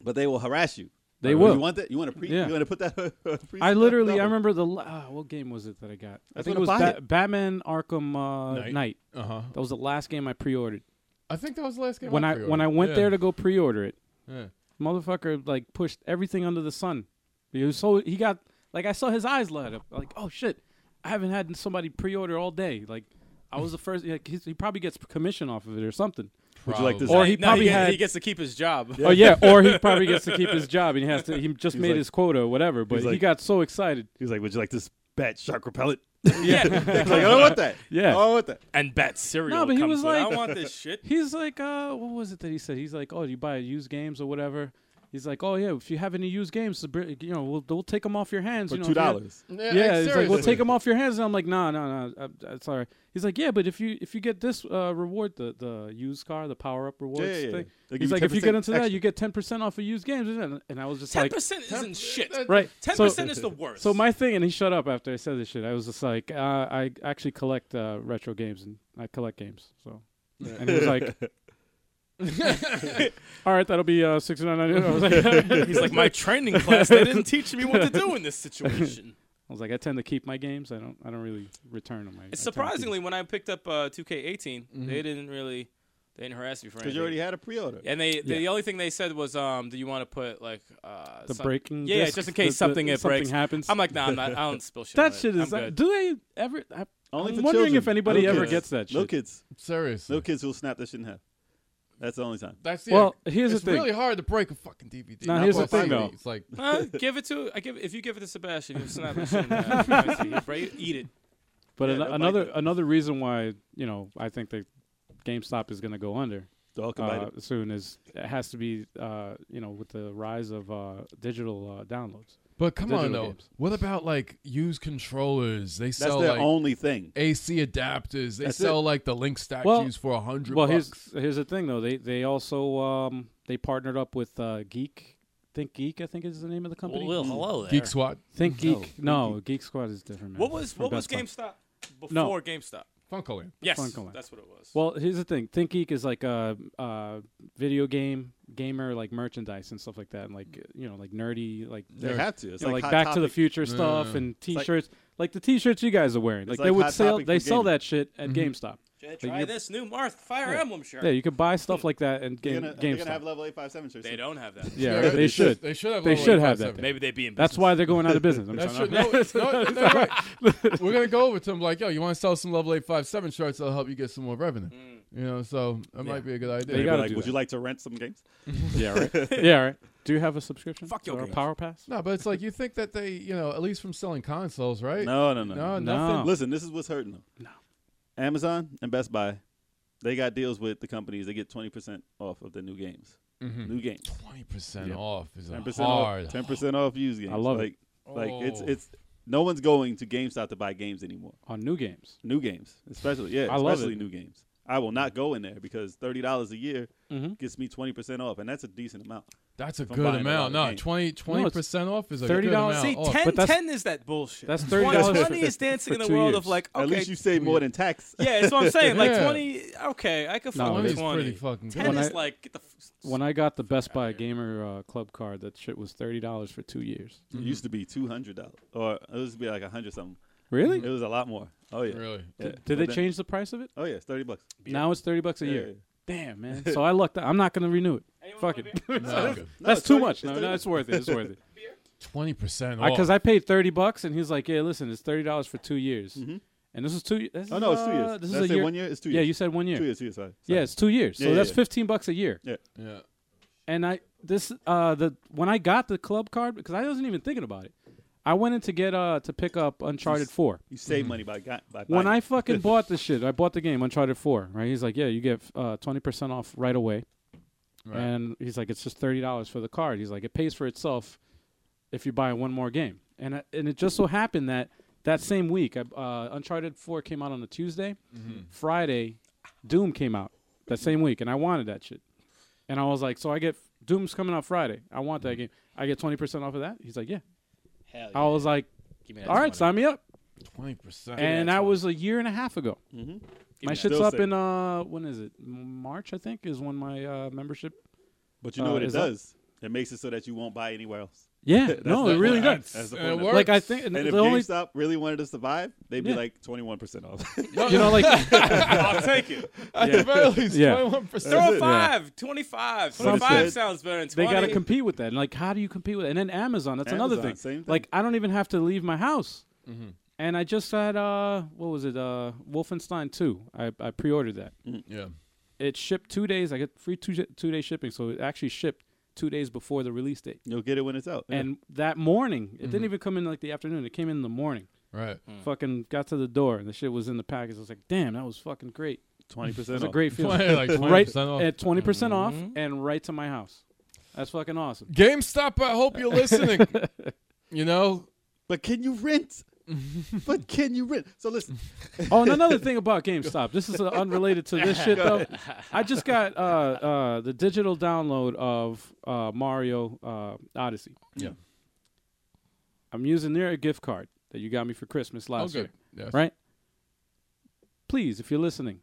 Speaker 2: but they will harass you.
Speaker 3: They
Speaker 2: You
Speaker 3: will.
Speaker 2: want that? You want to pre?
Speaker 3: Yeah.
Speaker 2: You want to put that? pre-
Speaker 3: I literally I
Speaker 2: double?
Speaker 3: remember the la- uh, what game was it that I got? I
Speaker 2: That's what
Speaker 3: think it was
Speaker 2: I
Speaker 3: Ba-
Speaker 2: buy.
Speaker 3: Batman Arkham uh,
Speaker 1: Knight.
Speaker 3: Knight.
Speaker 1: Uh-huh.
Speaker 3: That was the last game I pre-ordered.
Speaker 1: I think that was the last game.
Speaker 3: when I when I went
Speaker 1: yeah.
Speaker 3: there to go pre-order it,
Speaker 1: Yeah.
Speaker 3: motherfucker like pushed everything under the sun. He was so he got like I saw his eyes light up. Like oh shit, I haven't had somebody pre-order all day. Like I was the first. Like, he's, he probably gets commission off of it or something.
Speaker 2: Would you like this?
Speaker 1: Probably.
Speaker 3: Or he
Speaker 4: No,
Speaker 3: probably
Speaker 4: he,
Speaker 3: had-
Speaker 4: he gets to keep his job.
Speaker 2: Yeah.
Speaker 3: Oh yeah, or he probably gets to keep his job and he has to. He just
Speaker 2: He's
Speaker 3: made
Speaker 2: like-
Speaker 3: his quota or whatever. But
Speaker 2: he's
Speaker 3: he
Speaker 2: like-
Speaker 3: got so excited.
Speaker 2: He was like, "Would you like this bat shark repellent?"
Speaker 4: yeah.
Speaker 2: He's like, "I don't want that.
Speaker 3: Yeah.
Speaker 2: I don't want that."
Speaker 4: and bat cereal.
Speaker 3: No, but he
Speaker 4: comes
Speaker 3: was
Speaker 4: with it.
Speaker 3: like-
Speaker 4: I want this shit.
Speaker 3: He's like, uh, what was it that he said? He's like, oh, do you buy used games or whatever? He's like, oh yeah, if you have any used games, the Brit- you know, we'll, we'll take them off your hands.
Speaker 2: For
Speaker 3: you know,
Speaker 2: two
Speaker 3: if you have-
Speaker 2: dollars.
Speaker 1: Yeah,
Speaker 3: yeah,
Speaker 1: like,
Speaker 3: it's like we'll
Speaker 1: seriously.
Speaker 3: take them off your hands, and I'm like, no, no, no, that's all right. He's like, yeah, but if you if you get this uh, reward, the the used car, the power up rewards
Speaker 2: Yeah, yeah, yeah.
Speaker 3: thing,
Speaker 2: They give
Speaker 3: he's
Speaker 2: you
Speaker 3: like, if you get
Speaker 2: 10%
Speaker 3: into that,
Speaker 2: extra.
Speaker 3: you get ten percent off of used games, and and I was just
Speaker 4: Ten
Speaker 3: like,
Speaker 4: percent isn't shit.
Speaker 3: right,
Speaker 4: Ten
Speaker 3: so-
Speaker 4: percent is the worst.
Speaker 3: so my thing, and he shut up after I said this shit. I was just like, uh, I actually collect uh, retro games, and I collect games. So, and he was like, "All right, that'll be uh, sixty nine ninety nine. I was like, I
Speaker 4: he's like my training class. They didn't teach me what to do in this situation.
Speaker 3: was like, I tend to keep my games. I don't, I don't really return them. I, I tend to
Speaker 4: It's
Speaker 3: keep
Speaker 4: surprisingly when I picked up uh, 2K18,
Speaker 3: Mm-hmm.
Speaker 4: they didn't really they didn't harass me for
Speaker 2: Because
Speaker 4: anything.
Speaker 2: you already had a pre-order.
Speaker 4: and they the,
Speaker 3: Yeah.
Speaker 4: only thing they said was, um, do you want to put like uh,
Speaker 3: the
Speaker 4: some-
Speaker 3: breaking.
Speaker 4: Yeah,
Speaker 3: disc,
Speaker 4: just in case
Speaker 3: the- the-
Speaker 4: something it
Speaker 3: something
Speaker 4: breaks.
Speaker 3: happens.
Speaker 4: I'm like, nah, I'm not. I don't spill shit.
Speaker 3: that
Speaker 4: on
Speaker 3: shit
Speaker 4: it.
Speaker 3: is.
Speaker 4: I'm
Speaker 3: uh,
Speaker 4: good.
Speaker 3: do they ever? I,
Speaker 2: Only
Speaker 3: I'm
Speaker 2: for
Speaker 3: wondering
Speaker 2: children.
Speaker 3: if anybody
Speaker 2: Little
Speaker 3: ever
Speaker 2: kids.
Speaker 3: gets that shit.
Speaker 2: Little kids.
Speaker 1: Seriously.
Speaker 2: Little kids who'll snap that shit in half. That's the only time.
Speaker 1: That's yeah,
Speaker 3: Well, here's the
Speaker 1: it's
Speaker 3: thing.
Speaker 1: really hard to break a fucking DVD.
Speaker 3: Now,
Speaker 1: Not
Speaker 3: here's the
Speaker 1: both
Speaker 3: thing, though.
Speaker 1: DVDs. Like,
Speaker 4: Huh? give it to I give if you give it to Sebastian, he'll snap his shit in half. He'll break it, Eat it.
Speaker 3: But
Speaker 2: Yeah,
Speaker 3: an-
Speaker 2: they'll bite
Speaker 3: another
Speaker 2: that.
Speaker 3: another reason why you know I think that GameStop is going to go under
Speaker 2: They're all
Speaker 3: uh,
Speaker 2: combined.
Speaker 3: soon is it has to be uh, you know with the rise of uh, digital uh, downloads.
Speaker 1: but come on
Speaker 3: Digital
Speaker 1: though.
Speaker 3: games.
Speaker 1: What about like used controllers? They
Speaker 2: That's
Speaker 1: sell
Speaker 2: their
Speaker 1: like
Speaker 2: only thing.
Speaker 1: AC adapters. They
Speaker 2: That's
Speaker 1: sell
Speaker 2: it.
Speaker 1: like the link statues
Speaker 3: Well-
Speaker 1: for a hundred
Speaker 3: Well,
Speaker 1: bucks.
Speaker 3: here's here's the thing though they they also um, they partnered up with uh, Geek Think Geek I think is the name of the company.
Speaker 4: hello there.
Speaker 1: Geek Squad,
Speaker 3: Think Geek no, Geek Squad is different. Man.
Speaker 4: What was
Speaker 3: From
Speaker 4: what was
Speaker 3: Best Buy.
Speaker 4: GameStop before
Speaker 3: No.
Speaker 4: GameStop?
Speaker 1: Funko Land.
Speaker 4: Yes,
Speaker 3: Funko Land.
Speaker 4: that's what it was.
Speaker 3: Well, here's the thing. Think Geek is like a uh, video game gamer like merchandise and stuff like that, and like you know like nerdy like
Speaker 2: They have to. It's
Speaker 3: you know,
Speaker 2: like,
Speaker 3: like
Speaker 2: Hot
Speaker 3: Back to the
Speaker 2: Topic.
Speaker 3: Future
Speaker 1: No, no,
Speaker 3: stuff
Speaker 1: no.
Speaker 3: and
Speaker 2: like-
Speaker 3: T-shirts, like, the T-shirts you guys are wearing. Like,
Speaker 2: like
Speaker 3: they would
Speaker 2: Hot
Speaker 3: sell,
Speaker 2: Topic
Speaker 3: they
Speaker 2: for
Speaker 3: sell
Speaker 2: gaming.
Speaker 3: that shit at GameStop.
Speaker 4: Jay,
Speaker 3: Like,
Speaker 4: try
Speaker 3: you-
Speaker 4: this new Marth Fire Emblem shirt.
Speaker 3: Yeah, you could buy stuff like that and
Speaker 2: They're
Speaker 3: game,
Speaker 2: gonna, they're
Speaker 3: GaMstop.
Speaker 2: gonna have level eight five seven shirts.
Speaker 4: They don't have that.
Speaker 3: yeah,
Speaker 1: Yeah,
Speaker 3: they should.
Speaker 1: They should have.
Speaker 3: They
Speaker 1: all the
Speaker 3: should
Speaker 1: link
Speaker 3: have
Speaker 1: statues.
Speaker 3: that.
Speaker 4: Maybe they be in business.
Speaker 3: That's why they're going out of business. I'm
Speaker 1: That
Speaker 3: trying
Speaker 1: should,
Speaker 3: to-
Speaker 1: no, no, no, right. We're gonna go over to him like, yo, you want to sell some level eight five seven shirts? That'll help you get some more revenue.
Speaker 4: Mm.
Speaker 2: Mm-hmm.
Speaker 1: You know, so that might be a good idea.
Speaker 3: They
Speaker 2: They'd be
Speaker 3: gotta
Speaker 2: like,
Speaker 3: do
Speaker 2: would
Speaker 3: that.
Speaker 2: you like to rent some games?
Speaker 3: yeah, right. yeah, right. Do you have a subscription?
Speaker 4: Fuck your
Speaker 3: or a
Speaker 4: games.
Speaker 3: Power Pass?
Speaker 1: No, but it's like you think that they, you know, at least from selling consoles, right?
Speaker 2: No, no, no.
Speaker 1: no,
Speaker 3: No.
Speaker 1: nothing.
Speaker 2: Listen, this is what's hurting them. No. Amazon and Best Buy, they got deals with the companies. They get twenty percent off of the new games.
Speaker 3: Mm-hmm.
Speaker 2: New games.
Speaker 1: Twenty percent off is a
Speaker 2: Ten percent
Speaker 1: hard.
Speaker 2: off. Ten percent off used games.
Speaker 3: love
Speaker 2: like,
Speaker 3: it.
Speaker 2: Like it's
Speaker 1: Oh.
Speaker 2: it's no one's going to GameStop to buy games anymore.
Speaker 3: On new games.
Speaker 2: New games, especially yeah,
Speaker 3: I love
Speaker 2: especially
Speaker 3: it.
Speaker 2: new games. I will not go in there because thirty dollars a year
Speaker 3: Mhm.
Speaker 2: gets me twenty percent off, and that's a decent amount.
Speaker 1: That's a
Speaker 2: I'm
Speaker 1: good
Speaker 2: buying a
Speaker 1: amount.
Speaker 2: lot of
Speaker 1: No,
Speaker 2: games.
Speaker 1: 20
Speaker 3: No, it's
Speaker 1: percent off is a good
Speaker 3: $30.
Speaker 1: amount. Oh,
Speaker 4: See,
Speaker 1: off.
Speaker 4: 10,
Speaker 3: Oh, But that's-
Speaker 4: 10 is that bullshit.
Speaker 3: That's
Speaker 4: Twenty-
Speaker 3: $30
Speaker 4: Twenty
Speaker 3: for-
Speaker 4: is dancing
Speaker 3: for
Speaker 4: in the
Speaker 3: two
Speaker 4: world
Speaker 3: years.
Speaker 4: of like, okay.
Speaker 2: At least you save more than tax.
Speaker 4: yeah, that's what I'm saying. Like
Speaker 1: Yeah.
Speaker 4: 20, okay, I could
Speaker 3: No,
Speaker 4: fuck
Speaker 3: it
Speaker 4: with
Speaker 3: is
Speaker 4: 20.
Speaker 1: pretty fucking
Speaker 4: 10
Speaker 3: good.
Speaker 4: is
Speaker 3: When I-
Speaker 4: like, get the f-
Speaker 3: When I got the Best Buy Gamer uh, Club card, that shit was thirty dollars for two years.
Speaker 2: It used to be two hundred dollars, or it used to be like a hundred something.
Speaker 3: Really?
Speaker 2: It was a lot more. Oh yeah.
Speaker 1: Really?
Speaker 2: Yeah.
Speaker 3: Did
Speaker 2: But
Speaker 3: they
Speaker 2: then-
Speaker 3: change the price of it?
Speaker 2: Oh yeah, it's thirty bucks.
Speaker 3: Now it's thirty bucks a
Speaker 2: Yeah,
Speaker 3: year.
Speaker 2: yeah.
Speaker 3: Damn, man. So I lucked out. I'm not gonna renew it. Fuck it.
Speaker 1: No, I'm good.
Speaker 2: No,
Speaker 3: That's
Speaker 2: it's
Speaker 3: too
Speaker 2: 30
Speaker 3: much.
Speaker 2: it's
Speaker 3: No,
Speaker 2: 30
Speaker 3: no, it's worth it. It's worth it.
Speaker 1: 20%
Speaker 2: Oh.
Speaker 1: off.
Speaker 3: Because I, paid thirty bucks, and he's like, "Yeah, listen, it's thirty dollars for two years." And this is two. This
Speaker 2: Mm-hmm. Oh
Speaker 3: is,
Speaker 2: no, it's two
Speaker 3: uh,
Speaker 2: years.
Speaker 3: This
Speaker 2: Did I
Speaker 3: is a
Speaker 2: say
Speaker 3: year.
Speaker 2: one year? It's two
Speaker 3: Yeah,
Speaker 2: years.
Speaker 3: you said one year.
Speaker 2: Two years. Two years. Sorry.
Speaker 3: Yeah, it's two years.
Speaker 2: Yeah,
Speaker 3: so
Speaker 2: yeah,
Speaker 3: that's
Speaker 2: yeah.
Speaker 3: fifteen bucks a year.
Speaker 2: Yeah.
Speaker 1: yeah.
Speaker 3: And I this uh the when I got the club card because I wasn't even thinking about it. I went in to get uh to pick up Uncharted Four.
Speaker 2: You save money by got by
Speaker 3: When
Speaker 2: buying
Speaker 3: I
Speaker 2: it.
Speaker 3: fucking bought the shit, I bought the game Uncharted Four. Right? He's like, "Yeah, you get uh twenty percent off right away,"
Speaker 1: Right.
Speaker 3: and he's like, "It's just thirty dollars for the card." He's like, "It pays for itself if you buy one more game." And I, and it just so happened that that same week, I, uh, Uncharted Four came out on a Tuesday. Friday, Doom came out that same week, and I wanted that shit. And I was like, "So I get Doom's coming out Friday. I want that game. I get twenty percent off of that." He's like, "Yeah."
Speaker 4: Hell
Speaker 3: I was like,
Speaker 4: Give me that
Speaker 3: "All right,
Speaker 4: 20.
Speaker 3: sign me up."
Speaker 1: 20%.
Speaker 3: and
Speaker 4: that's
Speaker 3: that
Speaker 4: one.
Speaker 3: was a year and a half ago.
Speaker 4: Give
Speaker 3: My
Speaker 4: me that.
Speaker 3: shit's
Speaker 2: Mm-hmm. Still
Speaker 3: up
Speaker 2: same.
Speaker 3: in uh, when is it? M- March, I think, is when my uh, membership.
Speaker 2: But you know
Speaker 3: Uh,
Speaker 2: what it
Speaker 3: is that-
Speaker 2: does? It makes it so that you won't buy anywhere else.
Speaker 3: Yeah,
Speaker 2: That's
Speaker 3: no,
Speaker 2: not-
Speaker 3: it really
Speaker 1: yeah,
Speaker 3: does.
Speaker 2: That's the
Speaker 1: And it
Speaker 2: point. of it.
Speaker 1: works.
Speaker 3: Like I think and
Speaker 2: And if
Speaker 3: the only
Speaker 2: GameStop really wanted to survive, they'd be
Speaker 3: Yeah.
Speaker 2: like twenty one percent off.
Speaker 3: you know like
Speaker 4: I'll take it.
Speaker 1: At
Speaker 3: Yeah.
Speaker 1: the very least,
Speaker 3: Yeah.
Speaker 1: twenty-one percent.
Speaker 4: Throw a five, 25. 25
Speaker 2: Something.
Speaker 4: sounds better than 20.
Speaker 3: they got to compete with that. And like, how do you compete with? And then Amazon, that's another
Speaker 2: Amazon,
Speaker 3: thing.
Speaker 2: same thing.
Speaker 3: Like, I don't even have to leave my house. And I just had uh, what was it? Uh, Wolfenstein Two. I, I pre-ordered that.
Speaker 1: Yeah.
Speaker 3: It shipped two days. I get free two two day shipping, so it actually shipped two days before the release date.
Speaker 2: You'll get it when it's out.
Speaker 3: And that morning, it didn't even come in like the afternoon. It came in the morning.
Speaker 1: Right.
Speaker 3: Fucking got to the door, and the shit was in the package. I was like, damn, that was fucking great.
Speaker 2: twenty
Speaker 3: It was
Speaker 2: percent
Speaker 3: a
Speaker 2: off.
Speaker 3: great feeling.
Speaker 1: like 20%
Speaker 3: right
Speaker 1: off.
Speaker 3: at twenty percent off, and right to my house. That's fucking awesome.
Speaker 1: GameStop, I hope you're listening. you know,
Speaker 2: But can you rent? but can you rent? So listen,
Speaker 3: Oh, and another thing about GameStop. This is uh, unrelated to this shit though. I just got uh, uh, the digital download of uh, Mario uh, Odyssey.
Speaker 1: Yeah.
Speaker 3: I'm using their gift card that you got me for Christmas
Speaker 1: oh
Speaker 3: last
Speaker 1: good.
Speaker 3: year.
Speaker 1: Yes.
Speaker 3: Right? Please, if you're listening,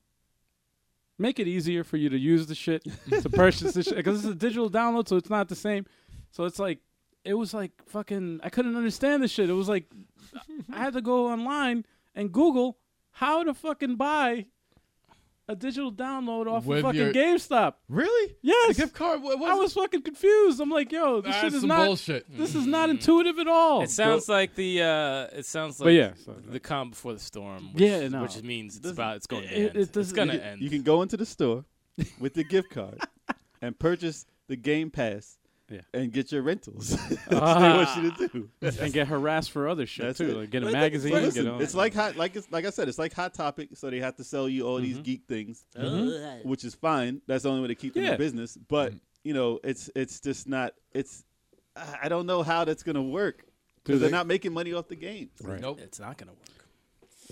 Speaker 3: make it easier for you to use the shit to purchase the shit because it's a digital download, so it's not the same. So it's like it was like fucking. I couldn't understand this shit. It was like I had to go online and Google how to fucking buy a digital download off
Speaker 1: With
Speaker 3: of fucking
Speaker 1: your-
Speaker 3: GameStop.
Speaker 1: Really?
Speaker 3: Yes,
Speaker 1: The gift card. What, what
Speaker 3: I was fucking confused. I'm like, yo, this
Speaker 1: That's
Speaker 3: shit is
Speaker 1: some
Speaker 3: not.
Speaker 1: bullshit.
Speaker 3: This is not intuitive at all.
Speaker 4: It sounds like the uh, it sounds like
Speaker 3: But yeah, so-
Speaker 4: the calm before the storm. Which,
Speaker 3: Yeah, no.
Speaker 4: which means it's about it's going to
Speaker 3: it-
Speaker 4: end.
Speaker 3: it
Speaker 4: it's
Speaker 3: doesn't-
Speaker 4: going
Speaker 2: you
Speaker 4: to
Speaker 2: can,
Speaker 4: end.
Speaker 2: you can go into the store with the gift card and purchase the Game Pass.
Speaker 3: Yeah.
Speaker 2: And get your rentals. That's what they
Speaker 3: Ah.
Speaker 2: want you to do.
Speaker 3: and get harassed for other shit
Speaker 2: That's
Speaker 3: too.
Speaker 2: it.
Speaker 3: Like get a
Speaker 2: But I think it's-
Speaker 3: magazine.
Speaker 2: listen,
Speaker 3: get on.
Speaker 2: it's like hot, like it's like I said, it's like Hot Topic. So they have to sell you all
Speaker 3: Mm-hmm.
Speaker 2: these geek things,
Speaker 4: Uh-huh.
Speaker 2: which is fine. That's the only way to keep them
Speaker 3: Yeah. Mm-hmm.
Speaker 2: in business. But you know, it's it's just not. It's I I don't know how that's gonna work because they're
Speaker 3: they-
Speaker 2: not making money off the games.
Speaker 3: Right.
Speaker 1: Nope.
Speaker 4: It's not going to work.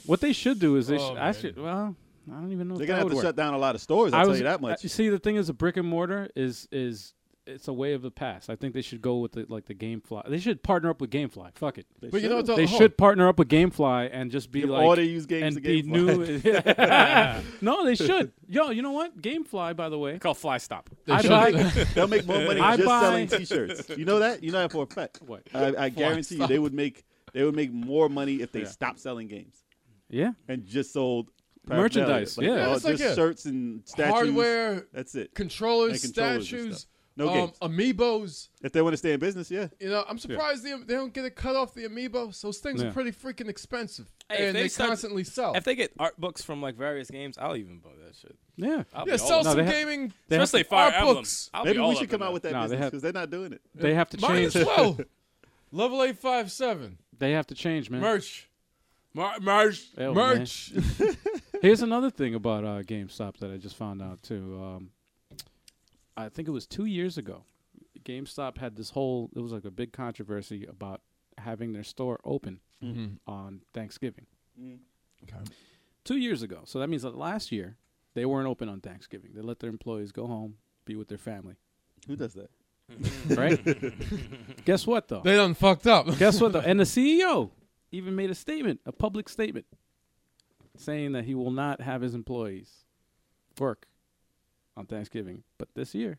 Speaker 3: What they should do is they
Speaker 1: Oh,
Speaker 3: should. I
Speaker 1: man.
Speaker 3: should. Well, I don't even know.
Speaker 2: They're gonna
Speaker 3: if that
Speaker 2: have
Speaker 3: would
Speaker 2: to
Speaker 3: work.
Speaker 2: shut down a lot of stores. I'll
Speaker 3: I
Speaker 2: tell
Speaker 3: was-
Speaker 2: you that
Speaker 3: I-
Speaker 2: much.
Speaker 3: you see, the thing is, a brick and mortar is is it's a way of the past. I think they should go with the, like the GameFly. They should partner up with GameFly. Fuck it.
Speaker 2: They
Speaker 1: But you know
Speaker 2: should.
Speaker 1: what? though? Oh,
Speaker 3: they
Speaker 1: Hold on.
Speaker 3: should partner up with GameFly and just be
Speaker 2: Give
Speaker 3: like
Speaker 2: all their used games
Speaker 3: and
Speaker 2: to
Speaker 3: be new. no, they should. Yo, you know what? GameFly, by the way,
Speaker 4: Call Fly Stop.
Speaker 1: They
Speaker 3: I
Speaker 1: should-
Speaker 3: buy.
Speaker 2: They'll make more money
Speaker 3: I
Speaker 2: just
Speaker 3: buy-
Speaker 2: selling T-shirts. You know that? You know that for a fact.
Speaker 3: What?
Speaker 2: I, I guarantee you, they would make they would make more money if they stopped selling games
Speaker 3: yeah,
Speaker 2: and just sold paraphernalia.
Speaker 3: Merchandise,
Speaker 2: Like,
Speaker 3: yeah.
Speaker 2: all-
Speaker 1: It's like,
Speaker 2: just
Speaker 1: yeah.
Speaker 2: shirts and statues.
Speaker 1: Hardware,
Speaker 2: That's it.
Speaker 1: controllers,
Speaker 2: And controllers and
Speaker 1: statues,
Speaker 2: stuff. No
Speaker 1: um,
Speaker 2: games.
Speaker 1: amiibos.
Speaker 2: If they want to stay in business, yeah.
Speaker 1: You know, I'm surprised they, they don't get a cut off the amiibo. Those things are
Speaker 3: Yeah.
Speaker 1: pretty freaking expensive,
Speaker 4: Hey, if
Speaker 1: and
Speaker 4: they
Speaker 1: they,
Speaker 4: start-
Speaker 1: constantly sell.
Speaker 4: If they get art books from like various games, I'll even buy that shit.
Speaker 3: yeah.
Speaker 4: I'll
Speaker 1: yeah,
Speaker 4: be all
Speaker 1: sell
Speaker 4: over
Speaker 3: No,
Speaker 1: some
Speaker 3: they ha-
Speaker 1: gaming.
Speaker 3: they have
Speaker 4: Especially
Speaker 3: to-
Speaker 4: Fire
Speaker 1: art
Speaker 4: Emblem.
Speaker 1: books.
Speaker 4: I'll be
Speaker 2: Maybe
Speaker 4: all
Speaker 2: we
Speaker 4: up in
Speaker 2: should come out with that
Speaker 3: No, they
Speaker 2: business
Speaker 3: have-
Speaker 2: because they are not doing it.
Speaker 3: They have to
Speaker 1: Might
Speaker 3: change.
Speaker 1: as well. Level eight five seven
Speaker 3: They have to change, man.
Speaker 1: merch,
Speaker 4: Mar- Marge.
Speaker 3: Hell, man.
Speaker 1: merch.
Speaker 3: Here's another thing about uh, GameStop that I just found out too. Um, I think it was two years ago. GameStop had this whole. It was like a big controversy about having their store open on Thanksgiving. Two years ago, so that means that last year they weren't open on Thanksgiving. They let their employees go home, be with their family.
Speaker 2: Who does that?
Speaker 3: Right? Guess what though?
Speaker 1: they done fucked up.
Speaker 3: Guess what though? And the CEO even made a statement, a public statement, saying that he will not have his employees work on Thanksgiving. But this year,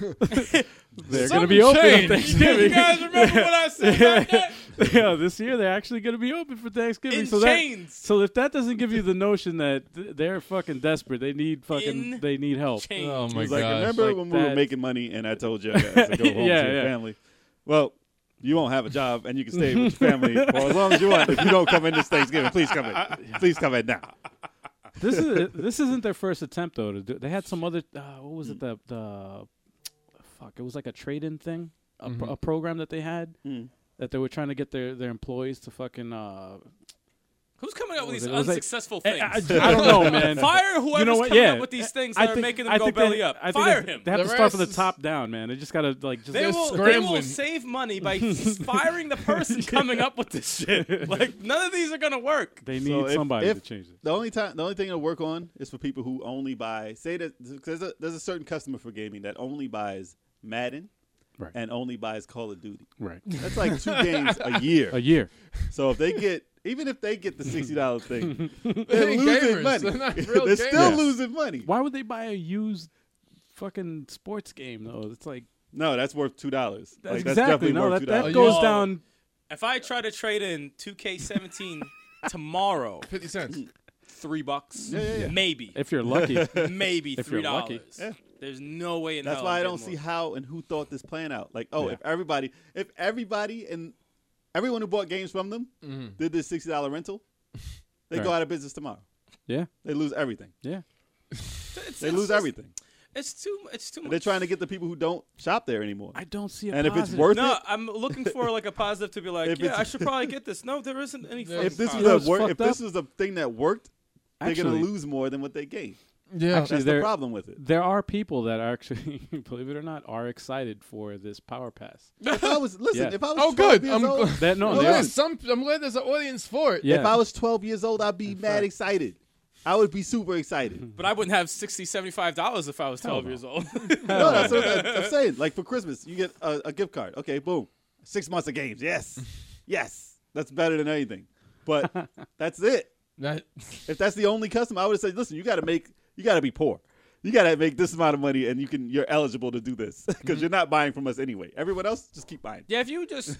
Speaker 3: they're going to be open
Speaker 1: Something
Speaker 3: on
Speaker 1: changed.
Speaker 4: You
Speaker 3: Thanksgiving.
Speaker 4: guys remember what I said about that?
Speaker 3: yeah, this year they're actually going to be open for Thanksgiving.
Speaker 4: In
Speaker 3: so
Speaker 4: chains.
Speaker 3: that so if that doesn't give you the notion that th- they're fucking desperate, they need fucking
Speaker 4: In
Speaker 3: they need help.
Speaker 4: Change.
Speaker 1: oh my
Speaker 2: He's like,
Speaker 1: gosh!
Speaker 2: remember
Speaker 3: Like
Speaker 2: when we were
Speaker 3: that.
Speaker 2: making money and I told you I had to go home
Speaker 3: Yeah,
Speaker 2: to your
Speaker 3: yeah.
Speaker 2: family? Well, you won't have a job and you can stay with your family for as long as you want. If you don't come in this Thanksgiving, please come in. Please come in now.
Speaker 3: this is this isn't their first attempt though to do. They had some other uh, what was it
Speaker 4: Mm.
Speaker 3: the the fuck it was like a trade in thing, a,
Speaker 4: Mm-hmm.
Speaker 3: pro- a program that they had
Speaker 2: Hmm.
Speaker 3: that they were trying to get their their employees to fucking uh,
Speaker 4: Who's coming up with
Speaker 3: was
Speaker 4: these
Speaker 3: it? It was like-
Speaker 4: unsuccessful
Speaker 3: I,
Speaker 4: things?
Speaker 3: I- I don't know man.
Speaker 4: Fire whoever's
Speaker 3: You know what?
Speaker 4: coming
Speaker 3: Yeah,
Speaker 4: up with these things
Speaker 3: I
Speaker 4: that are
Speaker 3: think-
Speaker 4: making them
Speaker 3: I
Speaker 4: go
Speaker 3: think
Speaker 4: belly
Speaker 3: they,
Speaker 4: up.
Speaker 3: I think
Speaker 4: Fire
Speaker 3: they-
Speaker 4: him.
Speaker 3: They have
Speaker 1: The
Speaker 3: to start from the
Speaker 1: rest is-
Speaker 3: top down, man. They just gotta like just.
Speaker 4: They
Speaker 1: They're
Speaker 4: will, they will
Speaker 1: scrambling.
Speaker 4: save money by firing the person coming up with this shit. Like none of these are gonna work.
Speaker 3: they need
Speaker 2: So if-
Speaker 3: somebody
Speaker 2: if
Speaker 3: to change it.
Speaker 2: The only time, the only thing to work on is for people who only buy. Say that there's a, there's a certain customer for gaming that only buys Madden
Speaker 3: Right.
Speaker 2: and only buys Call of Duty.
Speaker 3: Right.
Speaker 2: That's like two games a year.
Speaker 3: A year.
Speaker 2: So if they get, even if they get the sixty dollar thing,
Speaker 1: They
Speaker 2: they're
Speaker 1: ain't
Speaker 2: losing
Speaker 1: gamers.
Speaker 2: money.
Speaker 1: They're not real
Speaker 2: They're
Speaker 1: gamers.
Speaker 2: still losing money.
Speaker 3: Why would they buy a used fucking sports game though? It's like
Speaker 2: No, that's worth two dollars.
Speaker 3: That's
Speaker 2: Like, that's definitely
Speaker 3: exactly no.
Speaker 2: worth
Speaker 3: That,
Speaker 2: two
Speaker 3: that
Speaker 2: dollars.
Speaker 1: Oh,
Speaker 3: goes
Speaker 1: y'all-
Speaker 3: down.
Speaker 4: If I try to trade in 2K17 tomorrow,
Speaker 1: Fifty cents.
Speaker 4: three bucks,
Speaker 2: yeah, yeah.
Speaker 4: maybe,
Speaker 3: If you're lucky,
Speaker 4: maybe
Speaker 3: if
Speaker 4: three
Speaker 3: you're lucky.
Speaker 4: dollars. There's no way in
Speaker 2: That's
Speaker 4: hell
Speaker 2: why
Speaker 4: I'm
Speaker 2: I don't see
Speaker 4: getting
Speaker 2: how and who thought this plan out. Like, oh,
Speaker 3: Yeah.
Speaker 2: if everybody, if everybody and everyone who bought games from them did this sixty dollar rental, they go
Speaker 3: Mm-hmm. Right.
Speaker 2: out of business tomorrow.
Speaker 3: yeah,
Speaker 2: They lose everything.
Speaker 3: yeah.
Speaker 4: more. It's-
Speaker 2: They
Speaker 4: it's
Speaker 2: lose
Speaker 4: just-
Speaker 2: everything.
Speaker 4: It's too. It's too much.
Speaker 2: And they're trying to get the people who don't shop there anymore.
Speaker 3: I don't see a
Speaker 2: And if it's
Speaker 3: positive.
Speaker 2: worth
Speaker 4: No,
Speaker 2: it,
Speaker 4: I'm looking for like a positive to be like,
Speaker 2: If
Speaker 4: yeah,
Speaker 2: it's-
Speaker 4: I should probably get this. No, there isn't any.
Speaker 1: If
Speaker 2: if
Speaker 4: fucking
Speaker 2: this
Speaker 4: positive.
Speaker 2: was
Speaker 3: You know
Speaker 2: a
Speaker 3: what's
Speaker 2: work,
Speaker 3: fucked
Speaker 2: if this
Speaker 3: up?
Speaker 2: was a thing that worked, they're
Speaker 3: Actually-
Speaker 2: gonna lose more than what they gained.
Speaker 1: Yeah.
Speaker 3: Actually,
Speaker 2: That's the
Speaker 3: there-
Speaker 2: problem with it.
Speaker 3: There are people that are actually, believe it or not, are excited for this power pass.
Speaker 2: If I was listen,
Speaker 3: Yeah.
Speaker 2: if I was
Speaker 1: Oh,
Speaker 2: 12
Speaker 1: good.
Speaker 2: years
Speaker 1: I'm
Speaker 2: old,
Speaker 1: glad,
Speaker 3: That no,
Speaker 1: I'm
Speaker 2: Well,
Speaker 3: they
Speaker 1: glad
Speaker 3: are.
Speaker 2: listen.
Speaker 1: some. I'm glad there's an audience for it.
Speaker 3: Yeah.
Speaker 2: if Oh, I was twelve years old, I'd be mad excited. I would be super excited.
Speaker 4: But I wouldn't have 60 dollars if I was twelve years old.
Speaker 2: no, that's what I'm, I'm saying. Like for Christmas, you get a, a gift card. Okay, boom, six months of games. Yes, yes, that's better than anything. But that's it.
Speaker 1: That,
Speaker 2: If that's the only customer, I would have said, listen, you got to make, you got to be poor. You got to make this amount of money, and you can, you're eligible to do this because
Speaker 3: Mm-hmm.
Speaker 2: you're not buying from us anyway. Everyone else, just keep buying.
Speaker 4: yeah, if you just,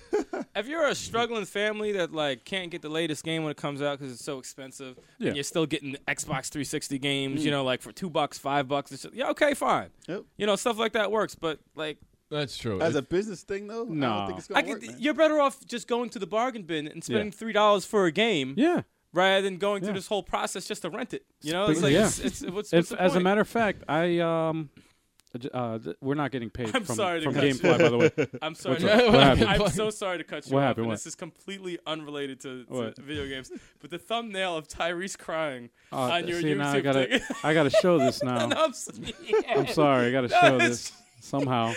Speaker 4: if you're a struggling family that like can't get the latest game when it comes out because it's so expensive,
Speaker 3: Yeah.
Speaker 4: and you're still getting Xbox 360 games, you know, like for two bucks, five bucks, it's just, yeah, okay, fine.
Speaker 2: Mm. Yep.
Speaker 4: You know, stuff like that works. But like,
Speaker 1: that's true.
Speaker 2: As a business thing, though, I
Speaker 3: Nah.
Speaker 2: don't think it's
Speaker 4: I
Speaker 2: gonna
Speaker 4: could,
Speaker 2: work. man.
Speaker 4: you're better off just going to the bargain bin and spending
Speaker 3: Yeah.
Speaker 4: three dollars for a game,
Speaker 3: Yeah.
Speaker 4: rather than going through
Speaker 3: Yeah.
Speaker 4: this whole process just to rent it. You know,
Speaker 3: Spe-
Speaker 4: it's like
Speaker 3: yeah.
Speaker 4: it's, it's, what's, what's
Speaker 3: If,
Speaker 4: the
Speaker 3: as a
Speaker 4: point?
Speaker 3: matter of fact, I um, uh, th- we're not getting paid
Speaker 4: I'm
Speaker 3: from,
Speaker 4: sorry to
Speaker 3: from
Speaker 4: cut you
Speaker 3: GameFly, by the way.
Speaker 4: I'm sorry.
Speaker 1: up?
Speaker 4: to-
Speaker 1: What happened?
Speaker 4: I'm so sorry to cut you
Speaker 3: What
Speaker 4: off.
Speaker 3: happened?
Speaker 4: and
Speaker 3: What?
Speaker 4: This is completely unrelated to, to
Speaker 3: What?
Speaker 4: video games. But the thumbnail of Tyrese crying
Speaker 3: Uh,
Speaker 4: on your
Speaker 3: see,
Speaker 4: YouTube
Speaker 3: now I gotta,
Speaker 4: thing.
Speaker 3: I gotta show this now.
Speaker 4: And I'm s-
Speaker 3: I'm sorry, I gotta
Speaker 4: No,
Speaker 3: show
Speaker 4: it's-
Speaker 3: this somehow.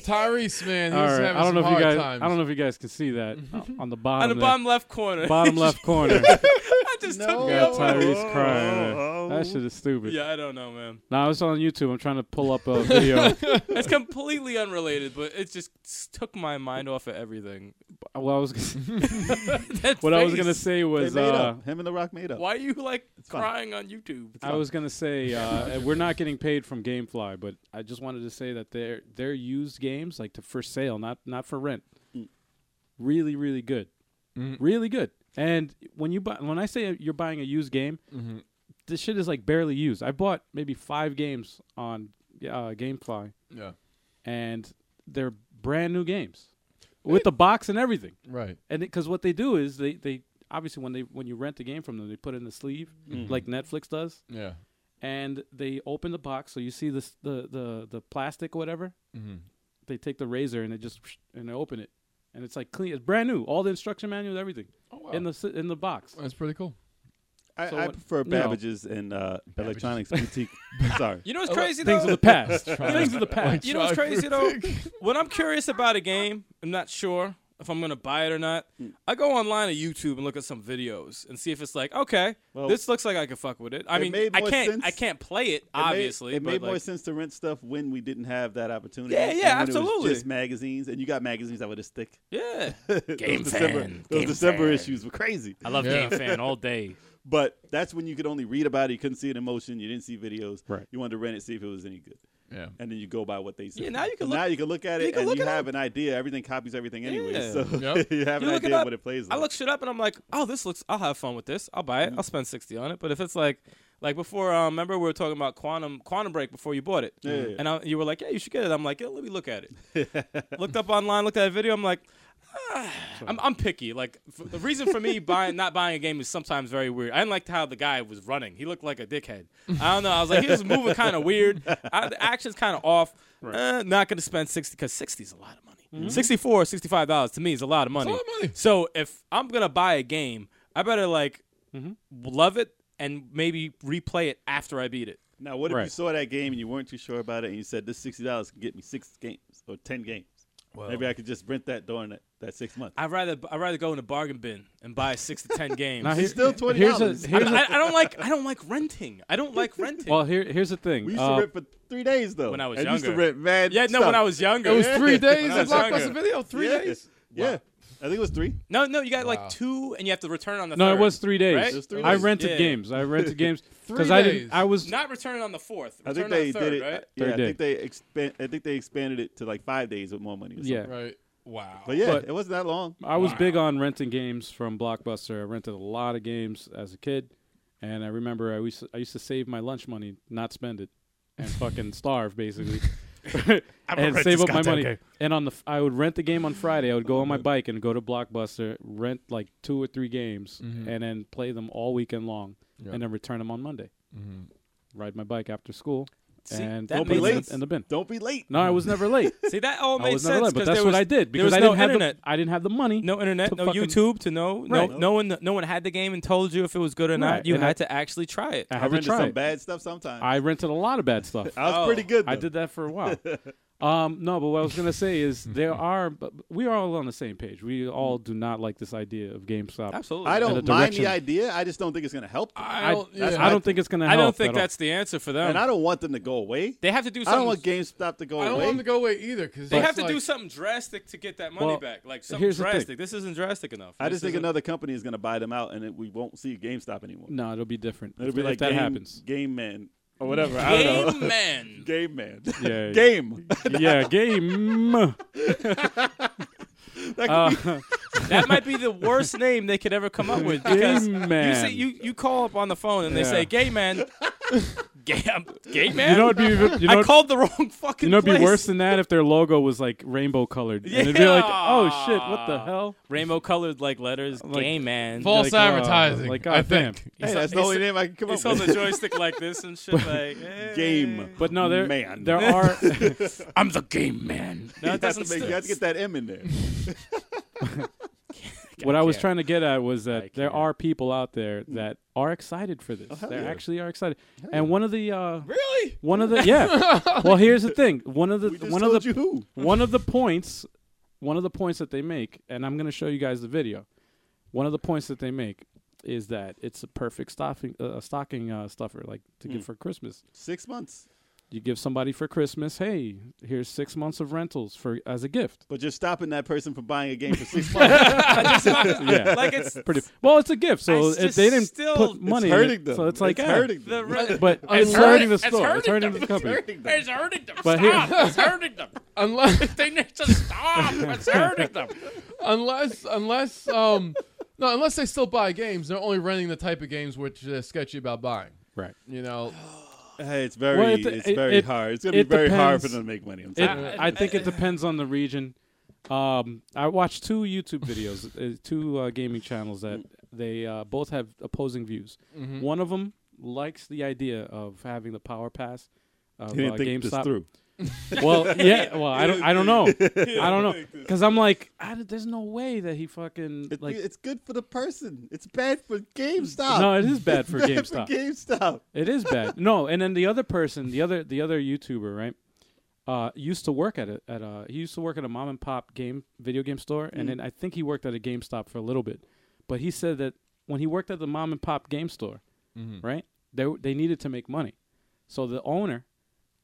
Speaker 1: Tyrese, man,
Speaker 3: All
Speaker 1: he's
Speaker 3: right,
Speaker 1: having
Speaker 3: I don't know
Speaker 1: some
Speaker 3: if you
Speaker 1: hard
Speaker 3: guys,
Speaker 1: times.
Speaker 3: I don't know if you guys can see that uh, on the bottom,
Speaker 4: on the
Speaker 3: there,
Speaker 4: bottom left corner.
Speaker 3: bottom left corner.
Speaker 4: I just took me
Speaker 3: got
Speaker 4: out.
Speaker 3: Tyrese crying. That shit is stupid.
Speaker 4: Yeah, I don't know, man.
Speaker 3: Now it's on YouTube. I'm trying to pull up a video.
Speaker 4: It's completely unrelated, but it just s- took my mind off of everything.
Speaker 3: what I was, gonna-
Speaker 4: That
Speaker 3: what I was
Speaker 4: face.
Speaker 3: gonna say
Speaker 2: They
Speaker 3: was,
Speaker 2: made
Speaker 3: uh,
Speaker 2: up. Him and The Rock made up.
Speaker 4: Why are you like
Speaker 2: fine.
Speaker 4: crying on YouTube?
Speaker 3: I was gonna say uh, we're not getting paid from GameFly, but I just wanted to say that their their used games, like to, for sale, not not for rent,
Speaker 2: Mm.
Speaker 3: really really good, really good. And when you buy, when I say you're buying a used game, this shit is like barely used. I bought maybe five games on uh, GameFly,
Speaker 1: yeah,
Speaker 3: and they're brand new games with the box and everything.
Speaker 1: right.
Speaker 3: and because what they do is they they obviously when they when you rent the game from them they put it in the sleeve like Netflix does
Speaker 1: Yeah.
Speaker 3: and they open the box so you see this the the the plastic or whatever
Speaker 1: Mm-hmm.
Speaker 3: they take the razor and they just and they open it and it's like clean it's brand new all the instruction manuals everything
Speaker 2: Oh,
Speaker 1: wow.
Speaker 3: in the s- in the box
Speaker 1: That's pretty cool.
Speaker 2: I,
Speaker 3: So
Speaker 2: I
Speaker 3: what-
Speaker 2: prefer
Speaker 3: no.
Speaker 2: Babbage's and uh, Electronics Boutique. Sorry.
Speaker 4: You know what's crazy
Speaker 3: Oh, things
Speaker 4: though?
Speaker 3: of the past things of the past
Speaker 4: You know what's
Speaker 1: Try
Speaker 4: crazy though? when I'm curious about a game, I'm not sure if I'm gonna buy it or not.
Speaker 2: Mm.
Speaker 4: I go online to YouTube and look at some videos and see if it's like, okay,
Speaker 2: Well,
Speaker 4: this looks like I could fuck with it. I
Speaker 2: it
Speaker 4: mean,
Speaker 2: made
Speaker 4: I
Speaker 2: more
Speaker 4: can't,
Speaker 2: sense-
Speaker 4: I can't play it,
Speaker 2: It made-
Speaker 4: obviously.
Speaker 2: it
Speaker 4: but,
Speaker 2: made more
Speaker 4: like,
Speaker 2: sense to rent stuff when we didn't have that opportunity.
Speaker 4: Yeah, yeah,
Speaker 2: and when it was
Speaker 4: absolutely.
Speaker 2: just magazines, and you got magazines that were just thick.
Speaker 4: Yeah,
Speaker 2: Game those December,
Speaker 4: Fan,
Speaker 2: those
Speaker 4: Game
Speaker 2: December
Speaker 4: Fan.
Speaker 2: issues were crazy.
Speaker 4: I love
Speaker 1: Yeah.
Speaker 4: Game Fan all day.
Speaker 2: But that's when you could only read about it. You couldn't see it in motion. You didn't see videos.
Speaker 3: Right.
Speaker 2: You wanted to rent it, see if it was any good,
Speaker 1: Yeah.
Speaker 2: and then you go by what they said.
Speaker 4: Yeah, now you can
Speaker 2: And
Speaker 4: look-
Speaker 2: now you can look at
Speaker 4: you
Speaker 2: it,
Speaker 4: can
Speaker 2: and
Speaker 4: look
Speaker 2: you
Speaker 4: it
Speaker 2: have an idea. Everything copies everything anyway,
Speaker 4: Yeah.
Speaker 2: so
Speaker 1: Yep.
Speaker 2: you have
Speaker 4: You
Speaker 2: an
Speaker 4: look it
Speaker 2: idea
Speaker 4: up,
Speaker 2: what it plays. like.
Speaker 4: I
Speaker 2: Mm-hmm.
Speaker 4: look shit up and I'm like, oh, this looks. I'll have fun with this. I'll buy it. I'll spend sixty on it. But if it's like, like before, um, remember we were talking about Quantum Quantum Break before you bought it,
Speaker 2: Yeah, yeah, yeah.
Speaker 4: and I, you were like, yeah, you should get it. I'm like, yeah, let me look at it. Looked up online, looked at a video. I'm like. ah, I'm, I'm picky. Like f- the reason for me buying not buying a game is sometimes very weird. I didn't like how the guy was running. He looked like a dickhead. I don't know. I was like he was moving kind of weird. I, the action's kind of off. Eh, not gonna spend sixty because sixty is a lot of money. Sixty-four, sixty-five dollars to me is a lot of money.
Speaker 1: Mm-hmm. a lot of money.
Speaker 4: So if I'm gonna buy a game, I better like
Speaker 1: Mm-hmm.
Speaker 4: love it and maybe replay it after I beat it.
Speaker 2: now, what if you
Speaker 3: Right.
Speaker 2: saw that game and you weren't too sure about it, and you said this sixty dollars can get me six games or ten games? Maybe I could just rent that during that, that six months.
Speaker 4: I'd rather I'd rather go in the bargain bin and buy six to ten games.
Speaker 3: Now,
Speaker 4: I,
Speaker 2: It's
Speaker 3: here's-
Speaker 2: still twenty
Speaker 3: here's a
Speaker 2: dollars.
Speaker 3: here's a,
Speaker 4: I, I don't like I don't like renting. I don't like renting.
Speaker 3: well here here's the thing
Speaker 2: We used
Speaker 3: Uh,
Speaker 2: to rent for three days though.
Speaker 4: Um, When I was
Speaker 2: and Used to
Speaker 4: younger.
Speaker 2: rent mad.
Speaker 4: yeah, no, when
Speaker 2: stuff.
Speaker 4: I was younger,
Speaker 1: It was three days
Speaker 4: When I
Speaker 1: at
Speaker 4: was
Speaker 1: Blockbuster
Speaker 4: younger.
Speaker 1: Video. Three
Speaker 2: Yeah.
Speaker 1: days.
Speaker 2: Yeah. I think it was three.
Speaker 4: No, no, you got
Speaker 1: Wow.
Speaker 4: like two, and you have to return on the.
Speaker 3: No,
Speaker 4: third,
Speaker 3: it was three days.
Speaker 4: right?
Speaker 2: It was three
Speaker 3: I
Speaker 2: days.
Speaker 3: rented
Speaker 4: Yeah.
Speaker 3: games. I rented games because
Speaker 1: Three
Speaker 3: I didn't.
Speaker 1: days.
Speaker 3: I was
Speaker 4: Not returning on the fourth.
Speaker 2: I think
Speaker 4: return on
Speaker 2: they
Speaker 4: the third,
Speaker 2: did it.
Speaker 4: right?
Speaker 2: Yeah,
Speaker 3: Third
Speaker 2: I
Speaker 3: day.
Speaker 2: think they expand. I think they expanded it to like five days with more money. Or something.
Speaker 3: yeah.
Speaker 1: Right. Wow.
Speaker 2: but yeah,
Speaker 3: But-
Speaker 2: it wasn't that long.
Speaker 3: I was big on renting games from Blockbuster. I rented a lot of games as a kid, and I remember I used to, I used to save my lunch money, not spend it, and fucking starve basically, and
Speaker 5: rent
Speaker 3: save
Speaker 5: this
Speaker 3: up my
Speaker 5: goddamn
Speaker 3: money.
Speaker 5: game.
Speaker 3: And on the f- I would rent the game on Friday. I would go on my bike and go to Blockbuster, rent like two or three games, and then play them all weekend long, and then return them on Monday. Ride my bike after school
Speaker 4: See,
Speaker 3: and
Speaker 4: that
Speaker 3: put them
Speaker 2: makes
Speaker 3: in
Speaker 2: sense.
Speaker 3: the- in the bin.
Speaker 2: Don't be late.
Speaker 3: No, I was never late.
Speaker 4: See, that all
Speaker 3: I
Speaker 4: made
Speaker 3: was never
Speaker 4: sense
Speaker 3: late, but
Speaker 4: 'cause
Speaker 3: that's
Speaker 4: there
Speaker 3: what
Speaker 4: was-
Speaker 3: I did because
Speaker 4: there was
Speaker 3: I
Speaker 4: no
Speaker 3: didn't have
Speaker 4: internet.
Speaker 3: The, I didn't have the money.
Speaker 4: No internet,
Speaker 3: to
Speaker 4: no
Speaker 3: fucking-
Speaker 4: YouTube to know.
Speaker 3: Right.
Speaker 4: No, no one, no one had the game and told you if it was good or
Speaker 3: Right,
Speaker 4: not. You
Speaker 3: and I-
Speaker 4: had to actually try it.
Speaker 3: I
Speaker 2: I
Speaker 3: had to
Speaker 2: rented
Speaker 3: try.
Speaker 2: some
Speaker 3: it.
Speaker 2: bad stuff sometimes. I,
Speaker 3: I rented a lot of bad stuff.
Speaker 2: was
Speaker 4: Oh,
Speaker 2: pretty good.
Speaker 3: I
Speaker 2: though.
Speaker 3: did that for a while. um, no, but what I was gonna say is there are, but we are all on the same page. We all do not like this idea of GameStop.
Speaker 4: Absolutely.
Speaker 2: I don't
Speaker 3: the
Speaker 2: mind the
Speaker 3: direction.
Speaker 2: idea. I just don't think it's going to help. Them.
Speaker 1: I
Speaker 3: I,
Speaker 1: don't.
Speaker 3: that's-
Speaker 1: yeah.
Speaker 3: I don't think it's gonna.
Speaker 4: I
Speaker 3: help
Speaker 4: don't
Speaker 3: at
Speaker 4: think
Speaker 3: all.
Speaker 4: that's the answer for them.
Speaker 2: and I don't want them to go away.
Speaker 4: they have to do
Speaker 2: I
Speaker 4: something.
Speaker 2: don't want GameStop to go
Speaker 1: I don't
Speaker 2: away.
Speaker 1: want them to go away either because
Speaker 4: they have to do something drastic to get that money
Speaker 3: Well,
Speaker 4: back. Like something
Speaker 3: here's the thing.
Speaker 4: drastic. This isn't drastic enough.
Speaker 2: I
Speaker 4: This
Speaker 2: just think
Speaker 4: isn't-
Speaker 2: another company is going to buy them out, and it, we won't see GameStop anymore.
Speaker 3: No, it'll be different.
Speaker 2: It'll
Speaker 3: if,
Speaker 2: be
Speaker 3: if
Speaker 2: like
Speaker 3: that
Speaker 2: Game-
Speaker 3: happens.
Speaker 2: Game Man or whatever. I don't know.
Speaker 4: Game man.
Speaker 2: Game Man.
Speaker 3: Yeah,
Speaker 2: Game.
Speaker 3: yeah, game. Uh,
Speaker 4: That might be the worst name they could ever come up with.
Speaker 3: Gay
Speaker 4: Because You,
Speaker 3: man.
Speaker 4: say, you you call up on the phone and they
Speaker 3: Yeah.
Speaker 4: say, "Gay man, gay, I'm, gay man."
Speaker 3: you know, it'd be even- you know,
Speaker 4: I called the wrong fucking.
Speaker 3: you know, it'd be
Speaker 4: place.
Speaker 3: worse than that if their logo was like rainbow colored, and it'd be like, oh
Speaker 4: Yeah.
Speaker 3: shit, what the hell?
Speaker 4: rainbow colored like letters.
Speaker 3: Like-
Speaker 4: gay man.
Speaker 1: false
Speaker 3: like, uh,
Speaker 1: advertising.
Speaker 3: like,
Speaker 1: I
Speaker 3: goddamn.
Speaker 1: think.
Speaker 2: Hey, that's the
Speaker 4: he's-
Speaker 2: only name I can come
Speaker 4: He's
Speaker 2: up
Speaker 4: holding
Speaker 2: with.
Speaker 4: the joystick like this and shit. Like eh.
Speaker 2: Game.
Speaker 3: But no, there
Speaker 2: Man.
Speaker 3: there are
Speaker 5: I'm the game man.
Speaker 4: No,
Speaker 2: you,
Speaker 4: it
Speaker 2: have to
Speaker 4: doesn't.
Speaker 2: make, you have to get that M in there.
Speaker 3: what I was
Speaker 4: can't.
Speaker 3: trying to get at was that there
Speaker 4: can't.
Speaker 3: are people out there that are excited for this. they
Speaker 2: Hmm. Oh, yeah.
Speaker 3: actually are excited. and one of the uh,
Speaker 1: Really?
Speaker 3: one of the yeah. well, here's the thing. One of the
Speaker 2: We just
Speaker 3: one of
Speaker 2: told
Speaker 3: the
Speaker 2: you who.
Speaker 3: one of the points one of the points that they make, and I'm going to show you guys the video. One of the points that they make is that it's a perfect stocking uh, stocking uh, stuffer, like to
Speaker 2: Hmm.
Speaker 3: give for Christmas.
Speaker 2: Six months.
Speaker 3: You give somebody for Christmas, hey, here's six months of rentals for as a gift.
Speaker 2: But you're stopping that person from buying a game for six months.
Speaker 3: Yeah.
Speaker 4: Like it's
Speaker 3: Pretty well, it's a gift, so
Speaker 4: It's
Speaker 3: if
Speaker 4: just
Speaker 3: they didn't
Speaker 4: still-
Speaker 3: put
Speaker 4: It's
Speaker 3: money.
Speaker 2: it's
Speaker 3: in it,
Speaker 2: hurting them.
Speaker 3: so it's like yeah.
Speaker 2: hurting
Speaker 4: the.
Speaker 2: them.
Speaker 4: Re-
Speaker 3: But it's,
Speaker 1: hurting-
Speaker 3: hurting the
Speaker 1: it's
Speaker 3: store. It's hurting
Speaker 1: hurting
Speaker 3: the company.
Speaker 2: hurting them.
Speaker 5: It's hurting them.
Speaker 3: But
Speaker 5: But
Speaker 3: here-
Speaker 5: stop. It's hurting them.
Speaker 1: Unless,
Speaker 5: They need to stop. It's hurting them.
Speaker 1: unless, unless, um, no, unless they still buy games, they're only renting the type of games which they're sketchy about buying.
Speaker 3: Right.
Speaker 1: You know,
Speaker 2: Hey, it's very,
Speaker 3: Well, it-
Speaker 2: it's
Speaker 3: it-
Speaker 2: very
Speaker 3: it-
Speaker 2: hard. It's gonna be
Speaker 3: it
Speaker 2: very hard
Speaker 3: depends.
Speaker 2: for them to make money. I'm
Speaker 3: It,
Speaker 2: sorry.
Speaker 3: I think it depends on the region. Um, I watched two YouTube videos, uh, two uh, gaming channels that they uh, both have opposing views. One of them likes the idea of having the power pass. Of,
Speaker 2: He didn't
Speaker 3: uh,
Speaker 2: think
Speaker 3: GameStop.
Speaker 2: this through.
Speaker 3: Well, yeah. Well, I don't. I don't know. I don't know. Because I'm like, I, don't- there's no way that he fucking
Speaker 2: It-
Speaker 3: like.
Speaker 2: it's good for the person. It's bad for GameStop.
Speaker 3: No, it is bad
Speaker 2: It's
Speaker 3: for
Speaker 2: bad
Speaker 3: GameStop.
Speaker 2: For GameStop.
Speaker 3: It is bad. No, and then the other person, the other the other YouTuber, right? Uh, used to work at a at a he used to work at a mom and pop game video game store, and then I think he worked at a GameStop for a little bit. But he said that when he worked at the mom and pop game store, right, they they needed to make money, so the owner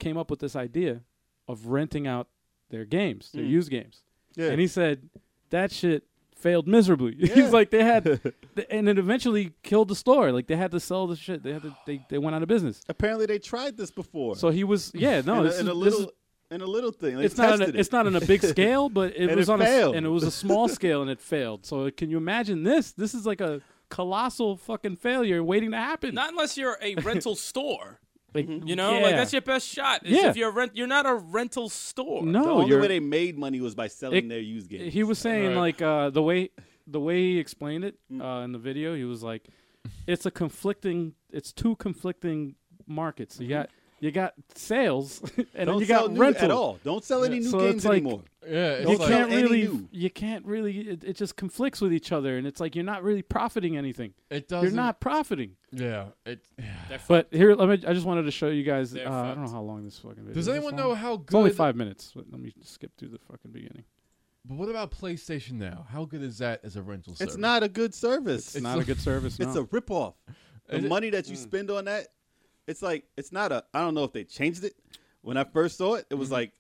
Speaker 3: came up with this idea of renting out their games, their used games,
Speaker 2: Yeah.
Speaker 3: and he said that shit failed miserably. He's like they had, th- and it eventually killed the store. Like they had to sell the shit. They had to they, they went out of business.
Speaker 2: Apparently, they tried this before.
Speaker 3: So he was yeah no
Speaker 2: in,
Speaker 3: this
Speaker 2: a, in
Speaker 3: is-
Speaker 2: a
Speaker 3: this
Speaker 2: little,
Speaker 3: is-
Speaker 2: in a little thing. They
Speaker 3: it's not on a,
Speaker 2: tested it.
Speaker 3: it's not on a big scale, but it
Speaker 2: And
Speaker 3: was
Speaker 2: it
Speaker 3: on a, s-
Speaker 2: failed.
Speaker 3: and it was a small scale and it failed. So can you imagine this? This is like a colossal fucking failure waiting to happen.
Speaker 4: Not unless you're a rental store.
Speaker 3: like,
Speaker 4: You know,
Speaker 3: yeah.
Speaker 4: like that's your best shot. Is
Speaker 3: Yeah.
Speaker 4: If you're a rent, you're not a rental store.
Speaker 2: The
Speaker 3: no.
Speaker 2: only
Speaker 3: You're,
Speaker 2: way they made money was by selling
Speaker 3: It-
Speaker 2: their used games.
Speaker 3: he was saying
Speaker 1: Right.
Speaker 3: like uh, the way the way he explained it uh, in the video, he was like, it's a conflicting, it's two conflicting markets. You got you got sales and then
Speaker 2: Don't
Speaker 3: you
Speaker 2: sell
Speaker 3: got
Speaker 2: new
Speaker 3: rental
Speaker 2: at all. Don't sell any new
Speaker 3: so it's
Speaker 2: games
Speaker 3: like-
Speaker 2: anymore.
Speaker 1: yeah, it's
Speaker 3: you
Speaker 2: Don't
Speaker 1: like,
Speaker 2: sell
Speaker 3: can't
Speaker 2: any
Speaker 3: really
Speaker 2: new.
Speaker 3: you can't really it, it just conflicts with each other and it's like you're not really profiting anything
Speaker 1: it doesn't.
Speaker 3: you're not profiting
Speaker 1: Yeah. It,
Speaker 3: but here let me i just wanted to show you guys uh,
Speaker 4: They're
Speaker 3: i don't know
Speaker 4: fucked.
Speaker 3: how long this fucking video
Speaker 1: does
Speaker 3: is this
Speaker 1: anyone
Speaker 3: long?
Speaker 1: know how good?
Speaker 3: it's only five minutes but let me skip through the fucking beginning
Speaker 1: But what about PlayStation now? How good is that as a rental service?
Speaker 2: It's not a good service.
Speaker 3: it's, not a good service
Speaker 2: It's
Speaker 3: no.
Speaker 2: a ripoff. The
Speaker 1: Is it- Mm.
Speaker 2: money that you spend on that, it's like it's not
Speaker 1: Mm-hmm.
Speaker 2: a. I don't know if they changed it. When I first saw it, it was like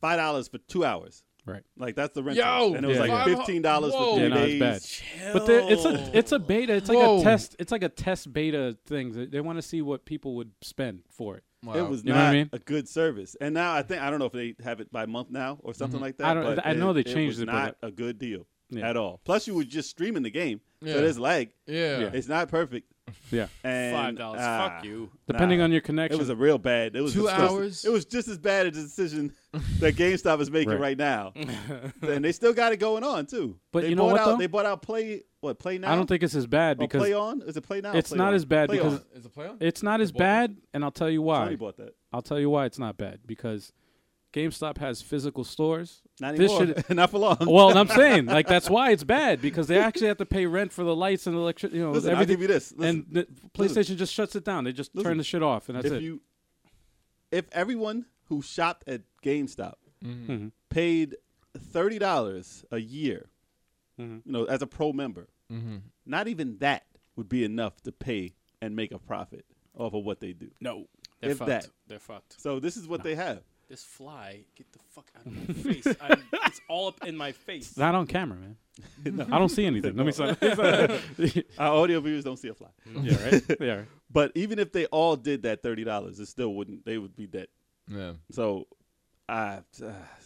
Speaker 2: five dollars for two hours.
Speaker 3: Right.
Speaker 2: Like that's the rental,
Speaker 1: Yo!
Speaker 2: and it was
Speaker 3: Yeah,
Speaker 2: like
Speaker 1: yeah.
Speaker 2: fifteen dollars
Speaker 1: Whoa.
Speaker 2: for three
Speaker 3: Yeah, no, it's
Speaker 2: days.
Speaker 3: bad. But there, it's a it's a beta. It's like
Speaker 1: Whoa.
Speaker 3: a test. It's like a test beta thing. They, they want to see what people would spend for it.
Speaker 2: It was
Speaker 3: You know what
Speaker 2: not
Speaker 3: I mean?
Speaker 2: a good service. And now I think I don't know if they have it by month now or
Speaker 1: Mm-hmm.
Speaker 2: something like that.
Speaker 3: I don't-
Speaker 2: but
Speaker 3: I know they
Speaker 2: it- it. Was
Speaker 3: changed it, but
Speaker 2: not a good deal
Speaker 3: Yeah.
Speaker 2: at all. Plus, you were just streaming the game,
Speaker 1: Yeah.
Speaker 2: so there's lag.
Speaker 1: yeah.
Speaker 3: Yeah.
Speaker 2: It's not perfect.
Speaker 3: Yeah.
Speaker 2: And
Speaker 4: Five dollars.
Speaker 2: ah,
Speaker 3: uh,
Speaker 4: Fuck you.
Speaker 3: Depending
Speaker 2: nah.
Speaker 3: on your
Speaker 2: It
Speaker 3: connection.
Speaker 2: was a real bad. It was
Speaker 1: Two
Speaker 2: disgusting.
Speaker 1: hours?
Speaker 2: It was just as bad as the decision that GameStop is making right,
Speaker 3: Right.
Speaker 2: now, and they still got it going on too.
Speaker 3: But
Speaker 2: they
Speaker 3: you know
Speaker 2: bought
Speaker 3: what,
Speaker 2: out,
Speaker 3: though?
Speaker 2: They bought out play what play now.
Speaker 3: I don't think it's as bad
Speaker 2: Or
Speaker 3: because
Speaker 2: play on is it play now? or
Speaker 3: it's
Speaker 2: Play
Speaker 3: not
Speaker 2: On?
Speaker 3: as bad
Speaker 2: Play
Speaker 3: because-
Speaker 2: On.
Speaker 1: Is it play on?
Speaker 3: it's not as
Speaker 1: They bought it.
Speaker 3: bad, and I'll tell you why.
Speaker 2: Sony bought that.
Speaker 3: I'll tell you why it's not bad because GameStop has physical stores.
Speaker 2: Not
Speaker 3: This
Speaker 2: anymore. not for long.
Speaker 3: Well, and I'm saying like that's why it's bad because they actually have to pay rent for the lights and electricity. You know,
Speaker 2: Listen, I'll
Speaker 3: everything.
Speaker 2: give you this. Listen,
Speaker 3: and the PlayStation just shuts it down. They just
Speaker 2: Listen.
Speaker 3: turn the shit off, and that's
Speaker 2: if
Speaker 3: it.
Speaker 2: you if everyone who shopped at GameStop
Speaker 3: Mhm.
Speaker 2: paid thirty dollars a year,
Speaker 3: Mhm.
Speaker 2: you know, as a pro member,
Speaker 3: Mm-hmm.
Speaker 2: not even that would be enough to pay and make a profit off of what they do.
Speaker 4: No. They're
Speaker 2: If
Speaker 4: fucked.
Speaker 2: that.
Speaker 4: They're fucked.
Speaker 2: So this is what they have.
Speaker 4: This fly, get the fuck out of my face. I'm, it's all up in my face.
Speaker 3: Not on camera, man. I don't see anything. Let me stop.
Speaker 2: Our audio viewers don't see a fly.
Speaker 3: yeah, right. Yeah.
Speaker 2: But even if they all did that thirty dollars, it still wouldn't. They would be dead.
Speaker 1: Yeah.
Speaker 2: So, I uh,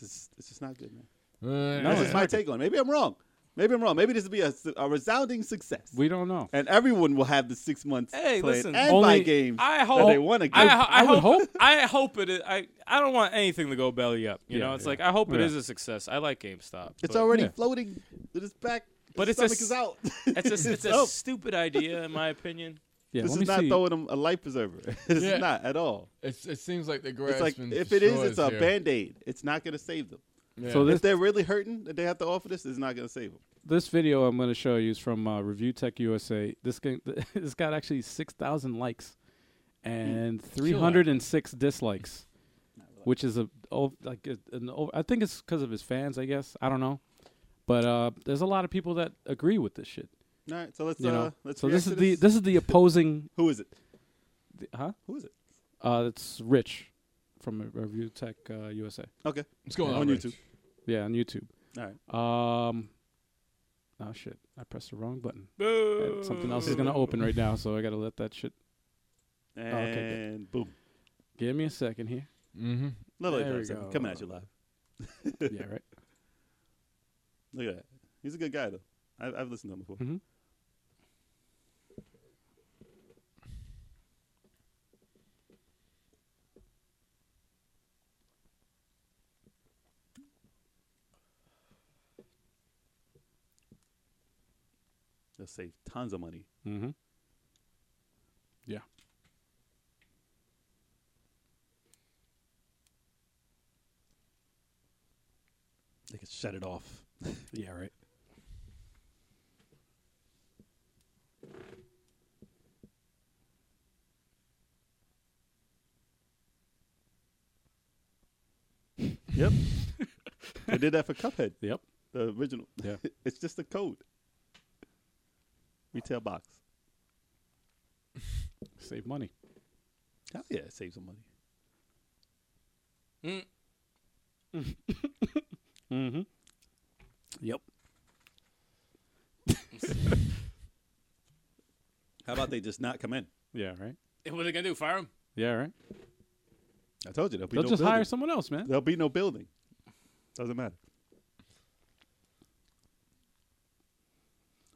Speaker 2: it's, it's just not good, man.
Speaker 1: Uh,
Speaker 3: No,
Speaker 2: That's
Speaker 1: yeah.
Speaker 2: just my take on. it. Maybe I'm wrong. Maybe I'm wrong. Maybe this will be a, su- a resounding success.
Speaker 3: We don't know.
Speaker 2: and everyone will have the six months
Speaker 4: Hey,
Speaker 2: plan
Speaker 4: listen.
Speaker 2: and
Speaker 3: Only-
Speaker 2: buy games
Speaker 4: I
Speaker 2: that
Speaker 4: hope
Speaker 2: they want to get.
Speaker 4: I, ho- I
Speaker 3: I would
Speaker 4: hope, I hope it. Is, I I don't want anything to go belly up. You
Speaker 3: Yeah,
Speaker 4: know, it's
Speaker 3: yeah.
Speaker 4: like I hope it
Speaker 3: Yeah.
Speaker 4: is a success. I like GameStop.
Speaker 2: it's
Speaker 4: but
Speaker 2: already
Speaker 3: Yeah.
Speaker 2: floating. It is back.
Speaker 4: But
Speaker 2: the
Speaker 4: it's a
Speaker 2: stomach
Speaker 4: s-
Speaker 2: is out.
Speaker 4: It's a, it's a
Speaker 2: up.
Speaker 4: stupid idea, in my opinion.
Speaker 3: Yeah,
Speaker 2: this
Speaker 3: let
Speaker 2: is
Speaker 3: me
Speaker 2: not
Speaker 3: see.
Speaker 2: throwing them a life preserver. this
Speaker 1: Yeah.
Speaker 2: is not at all.
Speaker 1: It's, it seems like the grass.
Speaker 2: It's like if it is, it's a band aid. It's not going to save them.
Speaker 1: Yeah.
Speaker 3: So
Speaker 2: If
Speaker 3: this
Speaker 2: they're really hurting, that they have to offer this, it's not going to save them.
Speaker 3: this video I'm going to show you is from uh, Review Tech USA. This game, this got actually six thousand likes
Speaker 2: Hmm.
Speaker 3: and three hundred and six dislikes, which is a oh, like a, an over, I think it's because of his fans. I guess I don't know, but uh, there's a lot of people that agree with this shit.
Speaker 2: All right, so let's
Speaker 3: You
Speaker 2: uh,
Speaker 3: know,
Speaker 2: let's.
Speaker 3: so this is
Speaker 2: react to
Speaker 3: the this is the opposing,
Speaker 2: Who is it?
Speaker 3: the, huh?
Speaker 2: Who is it?
Speaker 3: Uh, it's Rich from Review Tech uh, USA.
Speaker 2: Okay,
Speaker 1: What's going
Speaker 2: on
Speaker 1: on Rich?
Speaker 2: YouTube.
Speaker 3: Yeah, on YouTube.
Speaker 2: All right.
Speaker 3: Um, oh shit! I pressed the wrong button. And something else is gonna open right now, so I gotta let that shit.
Speaker 2: And
Speaker 3: Oh, okay,
Speaker 2: boom,
Speaker 3: Give me a second here.
Speaker 1: Mm-hmm.
Speaker 2: lovely
Speaker 3: There we
Speaker 2: person
Speaker 3: go.
Speaker 2: coming at you live.
Speaker 3: yeah, right.
Speaker 2: Look at that. He's a good guy though. I've, I've listened to him before.
Speaker 3: hmm
Speaker 2: They'll save tons of money.
Speaker 3: hmm Yeah.
Speaker 2: They could shut it off.
Speaker 3: Yeah, right.
Speaker 2: Yep. they did that for Cuphead,
Speaker 3: Yep.
Speaker 2: the original.
Speaker 3: Yeah.
Speaker 2: it's just a code. Retail box.
Speaker 3: Save money.
Speaker 2: Hell yeah, it saves some money.
Speaker 4: Mm.
Speaker 3: Mm-hmm. Yep.
Speaker 2: How about they just not come in?
Speaker 3: Yeah, right.
Speaker 4: What are they gonna do? Fire him?
Speaker 3: Yeah, right.
Speaker 2: I told you there'll be
Speaker 3: They'll
Speaker 2: no
Speaker 3: just
Speaker 2: building.
Speaker 3: hire someone else, man.
Speaker 2: There'll be no building. Doesn't matter.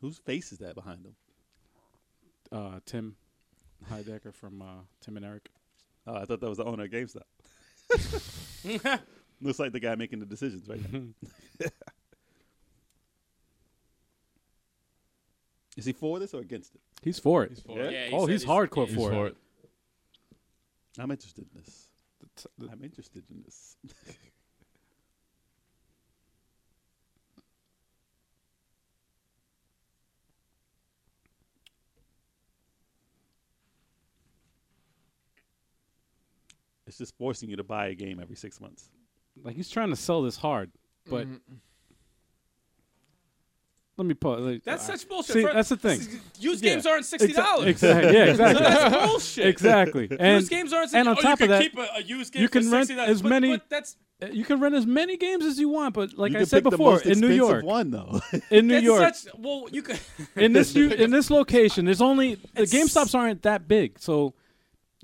Speaker 2: Whose face is that behind them?
Speaker 3: Uh, Tim Heidecker from uh, Tim and Eric.
Speaker 2: Oh, I thought that was the owner of GameStop. Looks like the guy making the decisions right now. is he for this or against it?
Speaker 3: He's for it.
Speaker 2: Yeah?
Speaker 4: Yeah, he
Speaker 3: oh,
Speaker 4: said
Speaker 3: he's hardcore
Speaker 4: yeah,
Speaker 3: for it.
Speaker 2: I'm interested in this.
Speaker 3: T- the-
Speaker 2: I'm interested in this. it's just forcing you to buy a game every six months.
Speaker 1: Mm-hmm.
Speaker 3: Like he's trying to sell this hard, but let me pause. Like,
Speaker 4: That's
Speaker 3: I-
Speaker 4: such bullshit.
Speaker 3: See,
Speaker 4: For-
Speaker 3: that's the thing.
Speaker 4: Used
Speaker 3: Yeah.
Speaker 4: games aren't sixty
Speaker 3: Exa-
Speaker 4: dollars.
Speaker 3: exactly. Yeah,
Speaker 4: So that's
Speaker 3: exactly.
Speaker 4: bullshit.
Speaker 3: exactly. And
Speaker 4: used games aren't.
Speaker 3: and on
Speaker 4: oh,
Speaker 3: top
Speaker 4: you
Speaker 3: of
Speaker 4: can
Speaker 3: that,
Speaker 4: keep a, a used game
Speaker 3: you
Speaker 4: for
Speaker 3: can rent
Speaker 4: $60.
Speaker 3: as
Speaker 4: But-
Speaker 3: many-
Speaker 4: But that's
Speaker 3: you can rent as many games as you want, but like
Speaker 2: you
Speaker 3: I
Speaker 2: can
Speaker 3: said
Speaker 2: pick the
Speaker 3: before,
Speaker 2: most
Speaker 3: in New
Speaker 2: expensive
Speaker 3: York,
Speaker 2: one though.
Speaker 3: in New
Speaker 4: that's
Speaker 3: York,
Speaker 4: Such, well, you could.
Speaker 3: in this u- in
Speaker 4: It's-
Speaker 3: this location, there's only the
Speaker 4: It's-
Speaker 3: Game Stops aren't that big, so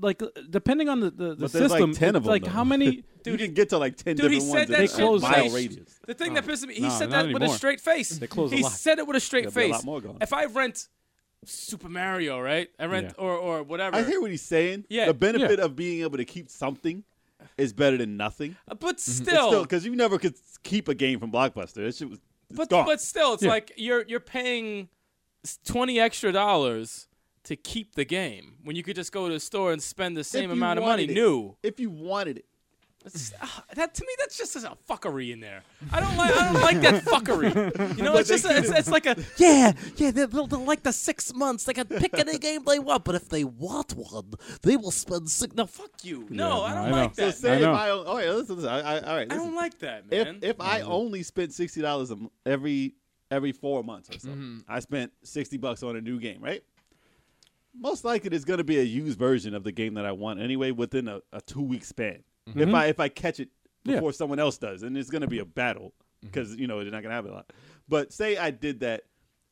Speaker 3: like depending on the the, the
Speaker 2: But there's, like,
Speaker 3: system,
Speaker 2: 10 of
Speaker 3: it's
Speaker 2: them,
Speaker 3: like
Speaker 2: though.
Speaker 3: how many?
Speaker 2: you can get to like ten
Speaker 4: Dude, he
Speaker 2: different ones.
Speaker 4: said
Speaker 2: in
Speaker 4: that
Speaker 2: a
Speaker 3: They
Speaker 4: shit
Speaker 3: closed
Speaker 4: with a
Speaker 2: mile
Speaker 3: like-
Speaker 2: radius.
Speaker 4: The thing that pissed me, he
Speaker 3: no,
Speaker 4: said
Speaker 3: not
Speaker 4: that with a
Speaker 3: anymore.
Speaker 4: straight face.
Speaker 3: They close a
Speaker 4: he
Speaker 3: lot.
Speaker 4: said it with a straight
Speaker 2: There'll be a lot
Speaker 4: face.
Speaker 2: more going.
Speaker 4: If I rent Super Mario, right? I rent
Speaker 3: Yeah.
Speaker 4: or or whatever.
Speaker 2: I hear what he's saying.
Speaker 4: Yeah.
Speaker 2: The benefit of being able to keep something is better than nothing.
Speaker 4: uh,
Speaker 3: Mm-hmm.
Speaker 4: but
Speaker 2: It's
Speaker 4: still,
Speaker 2: still because you never could keep a game from Blockbuster. That shit was it's
Speaker 4: but
Speaker 2: gone.
Speaker 4: but still, it's
Speaker 3: Yeah.
Speaker 4: like you're you're paying s- twenty extra dollars to keep the game when you could just go to the store and spend the same
Speaker 2: you
Speaker 4: amount of money
Speaker 2: wanted it.
Speaker 4: new.
Speaker 2: if you wanted it,
Speaker 4: It's- ah, that to me, that's just a fuckery in there. I don't like I don't like that fuckery. You know, it's just a, it's, it's like a
Speaker 6: Yeah, yeah, they'll, they'll, they'll like the six months. They can pick any game they want, but if they want one, they will spend six. No, fuck.
Speaker 4: fuck you. No, I
Speaker 3: I
Speaker 4: don't
Speaker 3: know.
Speaker 4: like
Speaker 2: so
Speaker 4: that.
Speaker 2: say if
Speaker 3: know.
Speaker 2: I own, oh yeah, listen, listen, I, I, all right,
Speaker 4: I
Speaker 2: listen.
Speaker 4: don't like that, man.
Speaker 2: if if I only spent sixty dollars every every four months or so, I spent sixty bucks on a new game, right? Most likely, there's going to be a used version of the game that I want anyway within a, a two week span. If I if I catch it
Speaker 3: Yeah.
Speaker 2: before someone else does, and it's going to be a battle because you know they're not going to have it a lot. But say I did that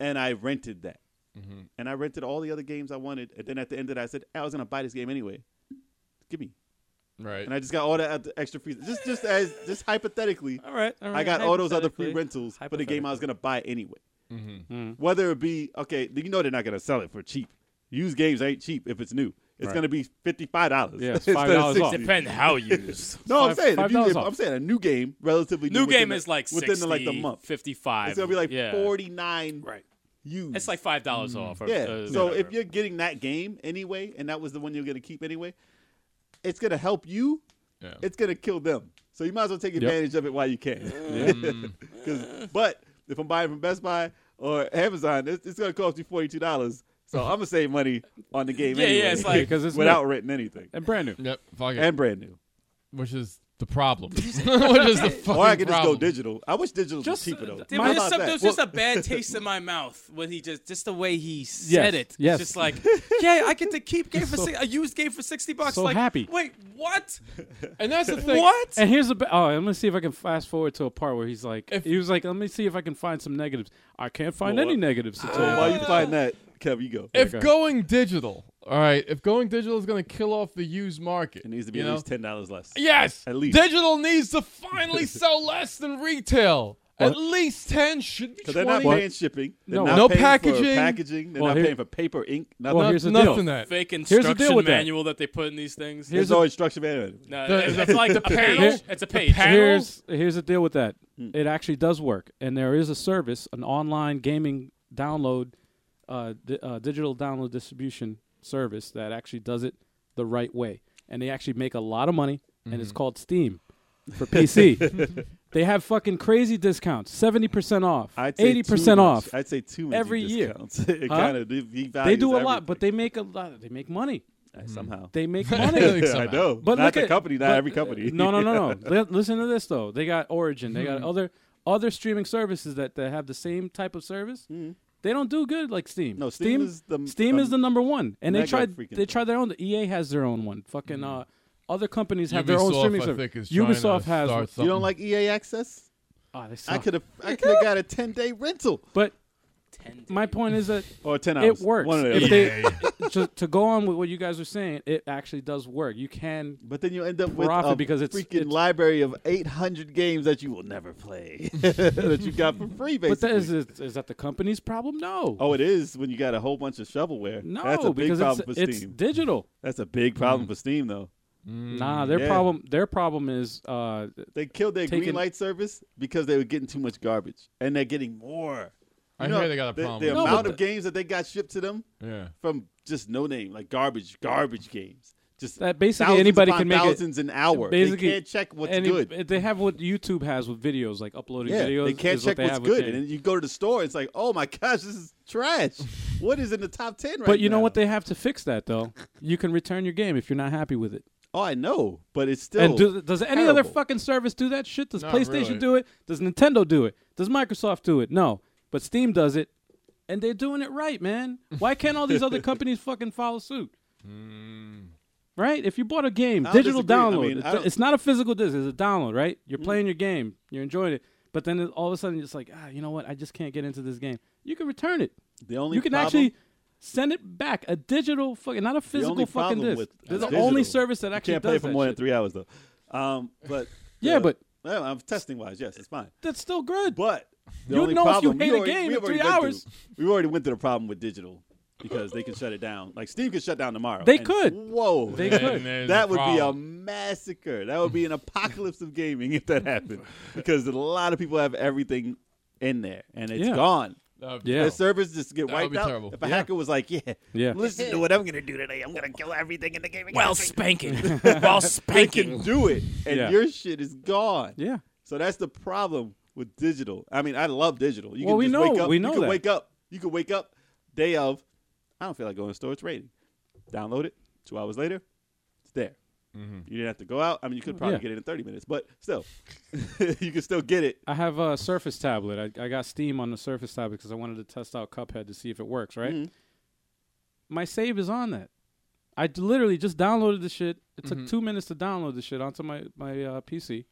Speaker 2: and I rented that, and I rented all the other games I wanted, and then at the end of that I said I was going to buy this game anyway. Give me,
Speaker 1: Right.
Speaker 2: and I just got all that extra free. Just just as just hypothetically,
Speaker 4: all right, all right,
Speaker 2: I got all those other free
Speaker 4: hypothetically.
Speaker 2: rentals for the game I was gonna buy
Speaker 4: Hypothetically.
Speaker 2: anyway. Whether it be okay, you know they're not gonna sell it for cheap. Used games ain't cheap if it's new. It's
Speaker 3: Right.
Speaker 2: gonna be fifty five dollars.
Speaker 3: Yeah, it's $5 off.
Speaker 5: Depend how used.
Speaker 2: No, I'm
Speaker 3: Five-
Speaker 2: saying if you,
Speaker 3: $5
Speaker 2: if,
Speaker 3: off.
Speaker 2: I'm saying a new game relatively
Speaker 4: New
Speaker 2: within
Speaker 4: game
Speaker 2: the-
Speaker 4: is like
Speaker 2: within
Speaker 4: 60,
Speaker 2: the, like the month.
Speaker 4: 55.
Speaker 2: It's gonna be like
Speaker 4: yeah.
Speaker 2: forty nine.
Speaker 5: Right.
Speaker 2: Used.
Speaker 4: It's like five dollars off. Or,
Speaker 2: yeah.
Speaker 4: uh,
Speaker 2: so
Speaker 4: whatever.
Speaker 2: if you're getting that game anyway, and that was the one you're gonna keep anyway, it's gonna help you.
Speaker 1: Yeah.
Speaker 2: It's gonna kill them. So you might as well take advantage of it while you can. 'Cause- but if I'm buying from Best Buy or Amazon, it's, it's gonna cost you forty two dollars. So I'm gonna save money on the game
Speaker 4: Yeah, yeah,
Speaker 2: anyway.
Speaker 4: it's like-
Speaker 3: Because it's
Speaker 2: without
Speaker 3: new
Speaker 2: renting anything
Speaker 3: and brand new.
Speaker 1: Yep. Fuck it.
Speaker 2: and brand new.
Speaker 1: Which is the problem. Which is the fucking
Speaker 2: Or I could just go
Speaker 1: problem.
Speaker 2: digital. I wish digital
Speaker 3: Just,
Speaker 2: was cheaper though.
Speaker 3: uh,
Speaker 4: There
Speaker 2: How
Speaker 4: was,
Speaker 3: My-
Speaker 4: just
Speaker 2: about
Speaker 4: some,
Speaker 2: that?
Speaker 4: there was just a bad taste in my mouth when he just just the way he said it.
Speaker 3: yes.
Speaker 4: Just like, yeah, I get to keep game for
Speaker 3: So-
Speaker 4: si- a used game for sixty bucks.
Speaker 3: so
Speaker 4: like,
Speaker 3: happy.
Speaker 4: Wait, what?
Speaker 1: And that's the thing.
Speaker 4: What?
Speaker 3: And here's the ba- oh, I'm gonna see if I can fast forward to a part where he's like,
Speaker 1: If-
Speaker 3: he was like, let me see if I can find some negatives. I can't find
Speaker 2: Well,
Speaker 3: any
Speaker 2: uh,
Speaker 3: negatives. To tell
Speaker 2: Well,
Speaker 3: you.
Speaker 2: while you find that, Kev, you go.
Speaker 1: If
Speaker 3: Okay.
Speaker 1: going digital, all right, if going digital is going to kill off the used market,
Speaker 2: It needs to be
Speaker 1: you
Speaker 2: at
Speaker 1: know?
Speaker 2: least ten dollars less.
Speaker 1: Yes.
Speaker 2: At least.
Speaker 1: Digital needs to finally sell less than retail. At least 10 should be
Speaker 2: Because they're not
Speaker 1: 20.
Speaker 2: paying shipping. They're
Speaker 3: No.
Speaker 2: not
Speaker 1: No
Speaker 2: paying
Speaker 1: packaging.
Speaker 2: For packaging. They're
Speaker 3: Well,
Speaker 2: not
Speaker 3: here-
Speaker 2: paying for paper, ink, nothing.
Speaker 3: Well,
Speaker 1: Not-
Speaker 3: here's the
Speaker 1: nothing
Speaker 3: deal.
Speaker 1: that.
Speaker 4: Fake
Speaker 3: deal
Speaker 4: instruction
Speaker 3: with that.
Speaker 4: manual that. they put in these things.
Speaker 3: Here's
Speaker 2: There's
Speaker 3: the-
Speaker 2: no instruction manual.
Speaker 4: no,
Speaker 1: the-
Speaker 4: it's,
Speaker 1: the-
Speaker 4: it's like a panel.
Speaker 3: Here-
Speaker 4: It's a page.
Speaker 3: Here's here's the deal with that.
Speaker 2: Hmm.
Speaker 3: It actually does work, and there is a service, an online gaming download, uh, di- uh, digital download distribution service that actually does it the right way, and they actually make a lot of money, and
Speaker 2: Mm-hmm.
Speaker 3: it's called Steam for PC. they have fucking crazy discounts, seventy percent off,
Speaker 2: I'd say
Speaker 3: eighty percent
Speaker 2: too
Speaker 3: off.
Speaker 2: much- I'd say too many
Speaker 3: every year.
Speaker 2: discounts. it
Speaker 3: Huh?
Speaker 2: kind of devalues.
Speaker 3: They do a lot, but they make a lot. They make money.
Speaker 2: everything, uh, somehow.
Speaker 3: They make
Speaker 1: Yeah,
Speaker 3: money.
Speaker 2: I
Speaker 1: somehow.
Speaker 2: know,
Speaker 3: But
Speaker 2: but not
Speaker 3: look
Speaker 2: the
Speaker 3: at-
Speaker 2: company, not
Speaker 3: but- uh,
Speaker 2: every company. Mm-hmm.
Speaker 3: No, no, no, no. Li- Listen to this though. They got Origin. They got other other streaming services that, that have the same type of service. They don't do good like Steam.
Speaker 2: Mm-hmm. No, Steam is the-
Speaker 3: Steam
Speaker 2: the
Speaker 3: is the number one, and they
Speaker 2: mega
Speaker 3: tried
Speaker 2: freaking Mm-hmm.
Speaker 3: they tried their own. EA has their own one. Fucking uh, other companies have their own
Speaker 1: Ubisoft,
Speaker 3: streaming
Speaker 1: I
Speaker 3: service.
Speaker 1: think, is trying to
Speaker 3: Ubisoft
Speaker 1: start
Speaker 3: has. one.
Speaker 2: you
Speaker 1: something.
Speaker 2: don't like EA access?
Speaker 3: Ah, they
Speaker 2: I
Speaker 3: suck.
Speaker 2: could have, I could have got a ten day rental
Speaker 3: But my point is that
Speaker 2: or ten hours.
Speaker 3: it works.
Speaker 2: One of the
Speaker 3: If
Speaker 2: other.
Speaker 3: they to, to go on with what you guys are saying, it actually does work. You can
Speaker 2: but then you end up with
Speaker 3: Profit
Speaker 2: a
Speaker 3: because it's-
Speaker 2: freaking
Speaker 3: it's-
Speaker 2: library of eight hundred games that you will never play that you got for free. Basically,
Speaker 3: But that is, is is that the company's problem? No.
Speaker 2: oh, it is when you got a whole bunch of shovelware.
Speaker 3: no,
Speaker 2: that's a big
Speaker 3: because
Speaker 2: problem
Speaker 3: it's,
Speaker 2: for
Speaker 3: it's Mm.
Speaker 2: Steam.
Speaker 3: digital.
Speaker 2: That's a big problem for Steam, though.
Speaker 3: nah, their
Speaker 2: yeah.
Speaker 3: problem their problem is uh
Speaker 2: They killed their green
Speaker 3: Taking-
Speaker 2: light service because they were getting too much garbage, and they're getting more.
Speaker 1: I
Speaker 2: You know,
Speaker 1: hear they got a
Speaker 2: the,
Speaker 1: problem.
Speaker 2: The
Speaker 1: with
Speaker 2: amount
Speaker 3: but
Speaker 2: of games that they got shipped to them
Speaker 1: that. yeah.
Speaker 2: from just no name, like garbage, garbage games. Just
Speaker 3: That basically
Speaker 2: thousands
Speaker 3: anybody
Speaker 2: upon
Speaker 3: can make it.
Speaker 2: thousands an hour.
Speaker 3: basically
Speaker 2: they can't check what's
Speaker 3: any-
Speaker 2: good.
Speaker 3: They have what YouTube has with videos like uploading
Speaker 2: yeah,
Speaker 3: videos.
Speaker 2: they can't
Speaker 3: is what
Speaker 2: check
Speaker 3: they
Speaker 2: what's
Speaker 3: have with
Speaker 2: good,
Speaker 3: games.
Speaker 2: and then you go to the store. It's like, oh my gosh, this is trash. what is in the top ten right now?
Speaker 3: but you know what? They have to fix that though. You can return your game if you're not happy with it.
Speaker 2: oh, I know, but it's still.
Speaker 3: And do, does any other
Speaker 2: terrible.
Speaker 3: fucking service do that shit? Does
Speaker 1: Not
Speaker 3: PlayStation
Speaker 1: really.
Speaker 3: do it? Does Nintendo do it? Does Microsoft do it? No. But Steam does it, and they're doing it right, man. Why can't all these other companies fucking follow suit? Right? If you bought a game,
Speaker 2: Hmm. I don't
Speaker 3: digital
Speaker 2: disagree. I
Speaker 3: download.
Speaker 2: mean, I
Speaker 3: it's,
Speaker 2: don't- Mm.
Speaker 3: it's not a physical disc. It's a download, right? You're playing your game, you're enjoying it, but then all of a sudden, it's like, ah, you know what? I just can't get into this game. You can return it.
Speaker 2: The only
Speaker 3: you can
Speaker 2: problem-
Speaker 3: actually send it back a digital fucking, not a physical
Speaker 2: only
Speaker 3: fucking
Speaker 2: problem
Speaker 3: disc.
Speaker 2: with
Speaker 3: They're the
Speaker 2: digital,
Speaker 3: only service that
Speaker 2: You
Speaker 3: actually
Speaker 2: can't
Speaker 3: does
Speaker 2: play for
Speaker 3: that
Speaker 2: more than
Speaker 3: shit.
Speaker 2: three hours though. Um, but
Speaker 3: Yeah,
Speaker 2: the-
Speaker 3: but-
Speaker 2: well, I'm testing wise. Yes, it's fine.
Speaker 3: That's still good.
Speaker 2: But the
Speaker 3: You
Speaker 2: only
Speaker 3: know if you
Speaker 2: problem,
Speaker 3: hate
Speaker 2: we
Speaker 3: a
Speaker 2: already,
Speaker 3: game
Speaker 2: we
Speaker 3: in
Speaker 2: already
Speaker 3: three
Speaker 2: went
Speaker 3: hours.
Speaker 2: Through, we already went through the problem with digital because they can shut it down. Like Steam could shut down tomorrow.
Speaker 3: They
Speaker 2: and
Speaker 3: could.
Speaker 2: Whoa,
Speaker 3: They
Speaker 2: that-
Speaker 3: could.
Speaker 1: there's
Speaker 2: That
Speaker 1: the
Speaker 2: would be a
Speaker 1: problem.
Speaker 2: massacre. That would be an apocalypse of gaming if that happened, because a lot of people have everything in there and it's
Speaker 3: Yeah.
Speaker 2: gone.
Speaker 1: Uh,
Speaker 3: Yeah.
Speaker 2: Their servers just get
Speaker 1: That would
Speaker 2: wiped
Speaker 1: be
Speaker 2: out.
Speaker 1: terrible.
Speaker 2: If a hacker was like, "Yeah,
Speaker 3: Yeah.
Speaker 2: listen to what I'm gonna do today. I'm gonna kill everything in the game."
Speaker 6: While spanking. While
Speaker 2: they can
Speaker 6: spanking.
Speaker 2: do it, and
Speaker 3: Yeah.
Speaker 2: your shit is gone.
Speaker 3: yeah.
Speaker 2: So that's the problem with digital. I mean, I love digital. You
Speaker 3: Well,
Speaker 2: can
Speaker 3: we
Speaker 2: just
Speaker 3: know-
Speaker 2: wake up.
Speaker 3: we
Speaker 2: you
Speaker 3: know
Speaker 2: can
Speaker 3: that.
Speaker 2: wake up. You can wake up day of. I don't feel like going to store. It's rating. Download it. Two hours later, it's there. You didn't have to go out. I mean, you could probably
Speaker 3: Mm-hmm. Yeah.
Speaker 2: get it in thirty minutes, but still, you can still get it.
Speaker 3: I have a Surface tablet. I, I got Steam on the Surface tablet because I wanted to test out Cuphead to see if it works, right?
Speaker 2: Mhm.
Speaker 3: My save is on that. I d- literally just downloaded the shit. It took two minutes to download the shit onto my, my uh, PC,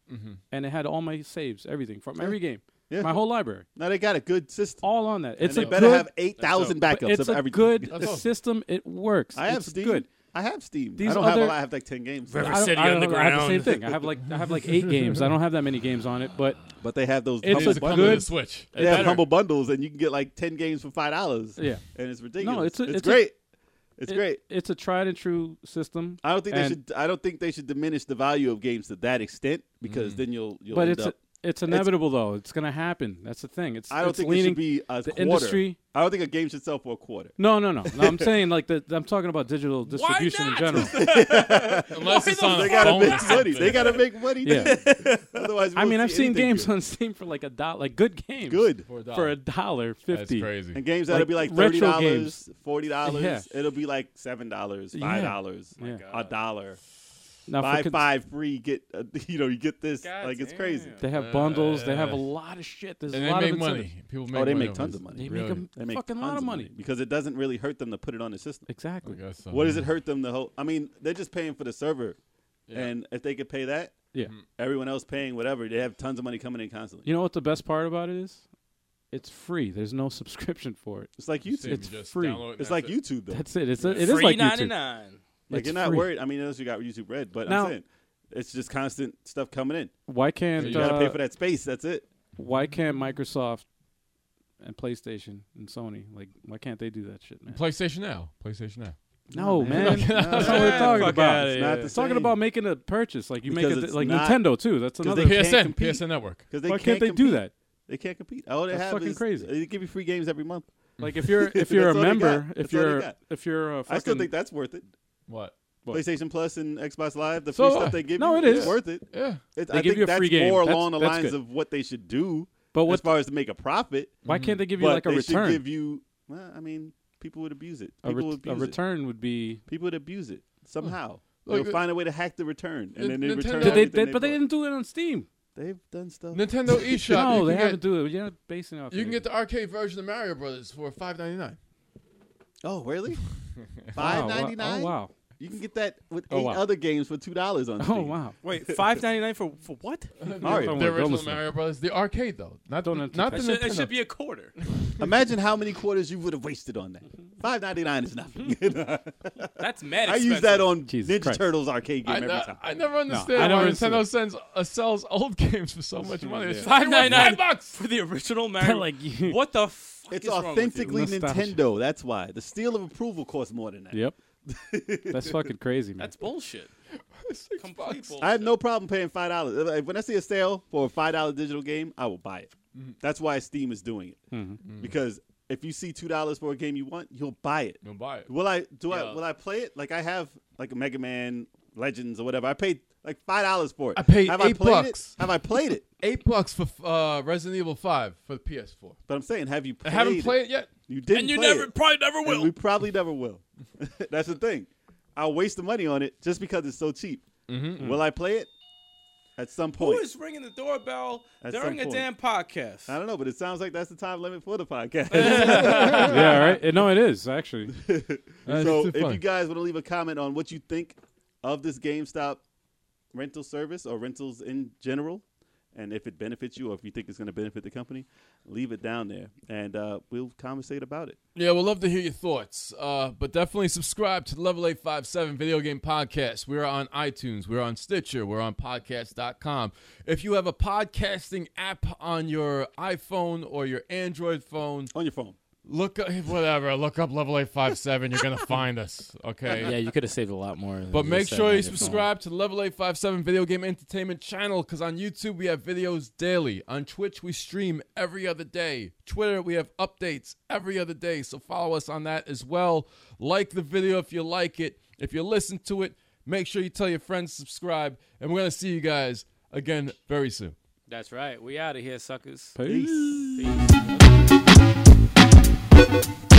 Speaker 3: and it had all my saves, everything from every game,
Speaker 2: Yeah.
Speaker 3: my whole library,
Speaker 2: Now they got a good system.
Speaker 3: all on that. It's
Speaker 2: and
Speaker 3: a
Speaker 2: they better
Speaker 3: good,
Speaker 2: have eight thousand
Speaker 3: but
Speaker 2: backups
Speaker 3: it's
Speaker 2: of
Speaker 3: a
Speaker 2: everything.
Speaker 3: good
Speaker 1: That's all.
Speaker 3: system. It works.
Speaker 2: I have
Speaker 3: It's
Speaker 2: Steam.
Speaker 3: good.
Speaker 2: I have Steam.
Speaker 3: These
Speaker 2: I don't have
Speaker 3: other-
Speaker 2: a lot. I have like ten games,
Speaker 5: River
Speaker 3: I don't,
Speaker 5: City
Speaker 3: I don't- I have the
Speaker 5: Underground.
Speaker 3: same thing. I have like I have like eight games. I don't have that many games on it, but
Speaker 2: but they have those.
Speaker 3: It's
Speaker 2: humble
Speaker 1: Needs to
Speaker 3: a
Speaker 1: come
Speaker 2: bundles.
Speaker 1: with
Speaker 3: good-
Speaker 1: a switch.
Speaker 2: They have humble bundles, and you can get like ten games for five dollars.
Speaker 3: Yeah.
Speaker 2: and it's ridiculous.
Speaker 3: it's a-
Speaker 2: it's,
Speaker 3: it's a-
Speaker 2: great. it's
Speaker 3: it-
Speaker 2: great.
Speaker 3: It's a tried and true system.
Speaker 2: I don't think
Speaker 3: and-
Speaker 2: they should. I don't think they should diminish the value of games to that extent because then you'll. you'll
Speaker 3: Mm. but
Speaker 2: end
Speaker 3: it's
Speaker 2: up,
Speaker 3: it's inevitable though. It's gonna happen. That's the thing. It's
Speaker 2: I don't
Speaker 3: it's
Speaker 2: think it
Speaker 3: leaning
Speaker 2: should be a
Speaker 3: the
Speaker 2: quarter.
Speaker 3: industry.
Speaker 2: I don't think a game should sell for a quarter.
Speaker 3: No, no, no. no I'm saying like the, I'm talking about digital distribution in general.
Speaker 1: Unless it's on
Speaker 2: They
Speaker 1: a
Speaker 2: gotta
Speaker 1: phone or
Speaker 2: make money. They
Speaker 1: something.
Speaker 2: gotta make money.
Speaker 3: Yeah.
Speaker 2: Otherwise, we
Speaker 3: I
Speaker 2: won't
Speaker 3: mean,
Speaker 2: see
Speaker 3: I've seen
Speaker 2: anything
Speaker 3: games
Speaker 2: good.
Speaker 3: on Steam for like a dollar, like good games,
Speaker 2: good
Speaker 1: For a
Speaker 3: for
Speaker 1: dollar.
Speaker 3: a dollar
Speaker 1: That's
Speaker 3: fifty.
Speaker 1: crazy.
Speaker 2: and games that'll be like
Speaker 3: Like
Speaker 2: thirty
Speaker 3: retro
Speaker 2: dollars, forty dollars.
Speaker 3: Yeah.
Speaker 2: It'll be like seven dollars, five dollars,
Speaker 3: Yeah.
Speaker 2: a dollar.
Speaker 3: Now, for
Speaker 2: Buy
Speaker 3: cons-
Speaker 2: five free. Get uh, you know you get this. like it's crazy.
Speaker 3: They have bundles. they have a lot of shit. There's
Speaker 1: And
Speaker 3: a
Speaker 1: they
Speaker 3: lot
Speaker 1: make
Speaker 3: of incentives.
Speaker 1: money. People make
Speaker 2: Oh, they
Speaker 1: money
Speaker 2: make
Speaker 1: off
Speaker 2: tons
Speaker 1: this.
Speaker 2: of money.
Speaker 3: They
Speaker 1: Really?
Speaker 3: make a
Speaker 2: They make
Speaker 3: fucking lot
Speaker 2: tons
Speaker 3: of money.
Speaker 2: because it doesn't really hurt them to put it on the system.
Speaker 1: I
Speaker 3: Exactly.
Speaker 1: guess so.
Speaker 2: What does it
Speaker 3: Mm-hmm.
Speaker 2: hurt them to hold? I mean, they're just paying for the server,
Speaker 1: Yeah.
Speaker 2: and if they could pay that,
Speaker 3: Yeah.
Speaker 2: everyone else paying whatever. They have tons of money coming in constantly.
Speaker 3: You know what the best part about it is? It's free. There's no subscription for it.
Speaker 2: It's like
Speaker 1: Steam,
Speaker 2: YouTube.
Speaker 3: It's
Speaker 1: just
Speaker 3: free.
Speaker 1: download and that's
Speaker 2: It's like
Speaker 1: it.
Speaker 2: YouTube though.
Speaker 3: That's it. It's a, it is
Speaker 4: Free
Speaker 3: like
Speaker 4: ninety
Speaker 3: YouTube.
Speaker 4: nine.
Speaker 2: like
Speaker 3: it's
Speaker 2: you're not
Speaker 3: free.
Speaker 2: worried. I mean, unless you got YouTube Red, but
Speaker 3: Now-
Speaker 2: I'm saying it's just constant stuff coming in.
Speaker 3: Why can't
Speaker 2: You
Speaker 3: uh,
Speaker 2: got to pay for that space. That's it.
Speaker 3: why can't Microsoft and PlayStation and Sony like why can't they do that shit, man?
Speaker 1: PlayStation Now. PlayStation Now.
Speaker 3: no, man,
Speaker 2: No,
Speaker 3: that's not what we're
Speaker 4: no,
Speaker 3: talking
Speaker 4: fuck
Speaker 3: about.
Speaker 4: outta
Speaker 2: It's
Speaker 4: Yeah,
Speaker 2: not
Speaker 4: yeah.
Speaker 2: the
Speaker 3: It's talking
Speaker 2: same.
Speaker 3: about making a purchase, like you
Speaker 2: Because
Speaker 3: make it
Speaker 2: it's
Speaker 3: like
Speaker 2: not-
Speaker 3: Nintendo too. That's another.
Speaker 2: They can't
Speaker 1: PSN.
Speaker 2: compete.
Speaker 1: PSN Network.
Speaker 2: 'Cause they
Speaker 3: why
Speaker 2: can't,
Speaker 3: can't, they do
Speaker 2: compete.
Speaker 3: that?
Speaker 2: They can't compete. All they
Speaker 3: That's
Speaker 2: have
Speaker 3: fucking
Speaker 2: is
Speaker 3: crazy.
Speaker 2: They give you free games every month.
Speaker 3: Like if you're if
Speaker 2: That's
Speaker 3: you're
Speaker 2: all
Speaker 3: a
Speaker 2: they
Speaker 3: member,
Speaker 2: got.
Speaker 3: if
Speaker 2: That's all they
Speaker 3: you're
Speaker 2: got.
Speaker 3: if you're a fucking
Speaker 2: I still think that's worth it.
Speaker 1: What?
Speaker 3: What?
Speaker 2: PlayStation Plus and Xbox Live, the
Speaker 3: So
Speaker 2: free
Speaker 3: what?
Speaker 2: stuff they give
Speaker 3: No,
Speaker 2: you,
Speaker 3: it
Speaker 2: it's
Speaker 3: is.
Speaker 2: worth it.
Speaker 1: Yeah.
Speaker 2: It's,
Speaker 3: They
Speaker 2: I
Speaker 3: give
Speaker 2: think
Speaker 3: you a
Speaker 2: that's
Speaker 3: free game.
Speaker 2: more
Speaker 3: That's-
Speaker 2: along the
Speaker 3: that's
Speaker 2: lines
Speaker 3: good.
Speaker 2: of what they should do
Speaker 3: But
Speaker 2: as
Speaker 3: what?
Speaker 2: far as to make a profit.
Speaker 3: Why can't they give you
Speaker 2: but
Speaker 3: like a
Speaker 2: they
Speaker 3: return?
Speaker 2: should give you. Well, I mean, people would abuse it.
Speaker 3: a,
Speaker 2: People
Speaker 3: ret-
Speaker 2: would
Speaker 3: a
Speaker 2: abuse
Speaker 3: return would be.
Speaker 2: it. People would abuse it somehow.
Speaker 1: Look,
Speaker 2: They'll
Speaker 1: uh,
Speaker 2: find a way to hack the return,
Speaker 1: N-
Speaker 2: and then they
Speaker 1: Nintendo-
Speaker 2: return.
Speaker 1: Did
Speaker 3: But they,
Speaker 2: everything
Speaker 3: they, but they
Speaker 2: bought.
Speaker 3: didn't do it on Steam.
Speaker 2: They've done stuff.
Speaker 1: Nintendo eShop.
Speaker 3: No,
Speaker 1: you
Speaker 3: they
Speaker 1: can
Speaker 3: haven't
Speaker 1: get,
Speaker 3: do it. You're not basing it off.
Speaker 1: You can
Speaker 3: anything.
Speaker 1: get the arcade version of Mario Brothers for five ninety nine.
Speaker 2: Oh, really?
Speaker 3: Wow,
Speaker 2: Five
Speaker 3: wow.
Speaker 2: ninety nine.
Speaker 3: Oh wow!
Speaker 2: You can get that with eight
Speaker 3: Oh, wow.
Speaker 2: other games for two dollars on Steam.
Speaker 3: Oh wow!
Speaker 4: Wait, five ninety nine for for what?
Speaker 1: The
Speaker 2: Oh
Speaker 3: Don't worry, don't
Speaker 1: original
Speaker 3: listen.
Speaker 1: Mario Brothers, the arcade though, not
Speaker 3: Don't
Speaker 1: the,
Speaker 3: entertain-
Speaker 1: not the
Speaker 4: It should, it
Speaker 1: Nintendo.
Speaker 4: should be a quarter.
Speaker 2: Imagine how many quarters you would have wasted on that. Five ninety nine is nothing.
Speaker 4: That's mad.
Speaker 2: I
Speaker 4: Expensive.
Speaker 2: use that on
Speaker 3: Jesus
Speaker 2: Ninja
Speaker 3: Christ.
Speaker 2: Turtles arcade game
Speaker 1: I,
Speaker 2: every
Speaker 1: ne-
Speaker 2: time.
Speaker 1: I never understand
Speaker 3: I never
Speaker 1: why
Speaker 3: understood
Speaker 1: Nintendo
Speaker 3: it.
Speaker 1: sends uh, sells old games for so much money. It's like,
Speaker 4: five ninety nine
Speaker 1: five bucks.
Speaker 4: for the original Mario.
Speaker 3: like you-
Speaker 4: what the? Fuck
Speaker 2: It's
Speaker 4: is wrong with you?
Speaker 2: authentically
Speaker 3: Nostalgia.
Speaker 2: Nintendo. That's why the seal of approval costs more than that.
Speaker 3: Yep. That's fucking crazy, man.
Speaker 4: That's bullshit. Complete bullshit.
Speaker 2: I have no problem paying five dollars. When I see a sale for a five dollar digital game, I will buy it.
Speaker 4: Mm-hmm.
Speaker 2: That's why Steam is doing it
Speaker 1: Mm-hmm.
Speaker 2: because if you see two dollars for a game you want, you'll buy it.
Speaker 1: Don't buy it.
Speaker 2: Will I do I
Speaker 4: Yeah.
Speaker 2: will I play it? Like I have like a Mega Man Legends or whatever. I paid like five dollars for it.
Speaker 1: I paid
Speaker 2: have I
Speaker 1: eight
Speaker 2: played
Speaker 1: bucks.
Speaker 2: It? Have I played it?
Speaker 1: Eight bucks for uh, Resident Evil Five for the PS4.
Speaker 2: But I'm saying, have you played
Speaker 1: I haven't played
Speaker 2: it?
Speaker 1: it yet.
Speaker 2: You didn't
Speaker 4: and you
Speaker 2: play
Speaker 4: never,
Speaker 2: it.
Speaker 4: probably never
Speaker 2: And
Speaker 4: will.
Speaker 2: we probably never will. That's the thing. I'll waste the money on it just because it's so cheap. Will I play it? At some
Speaker 4: Mm-hmm, Who
Speaker 2: point.
Speaker 4: is ringing the doorbell
Speaker 2: At
Speaker 4: during a
Speaker 2: some
Speaker 4: damn podcast?
Speaker 2: I don't know, but it sounds like that's the time limit for the podcast.
Speaker 3: yeah, right. Uh, No, it is actually.
Speaker 1: Uh, it's
Speaker 2: so
Speaker 1: too
Speaker 2: if
Speaker 1: fun.
Speaker 2: you guys want to leave a comment on what you think of this GameStop rental service or rentals in general, and if it benefits you or if you think it's going to benefit the company, leave it down there, and uh, we'll conversate about it.
Speaker 1: Yeah, we'd love to hear your thoughts. Uh, but definitely subscribe to the Level 857 Video Game Podcast. We're on iTunes, we're on Stitcher, we're on podcast.com. If you have a podcasting app on your iPhone or your Android phone,
Speaker 2: On your phone.
Speaker 1: look up, whatever, look up Level 857. You're going to find us, okay?
Speaker 6: Yeah, you could have saved a lot more. than
Speaker 1: But
Speaker 6: you
Speaker 1: make
Speaker 6: said
Speaker 1: sure
Speaker 6: on
Speaker 1: you
Speaker 6: your phone.
Speaker 1: subscribe to the Level 857 Video Game Entertainment channel because on YouTube we have videos daily. On Twitch we stream every other day. Twitter we have updates every other day. So follow us on that as well. Like the video if you like it. If you listen to it, make sure you tell your friends to subscribe. And we're going to see you guys again very soon.
Speaker 4: That's right. We out of here, suckers.
Speaker 3: Peace.
Speaker 4: Peace.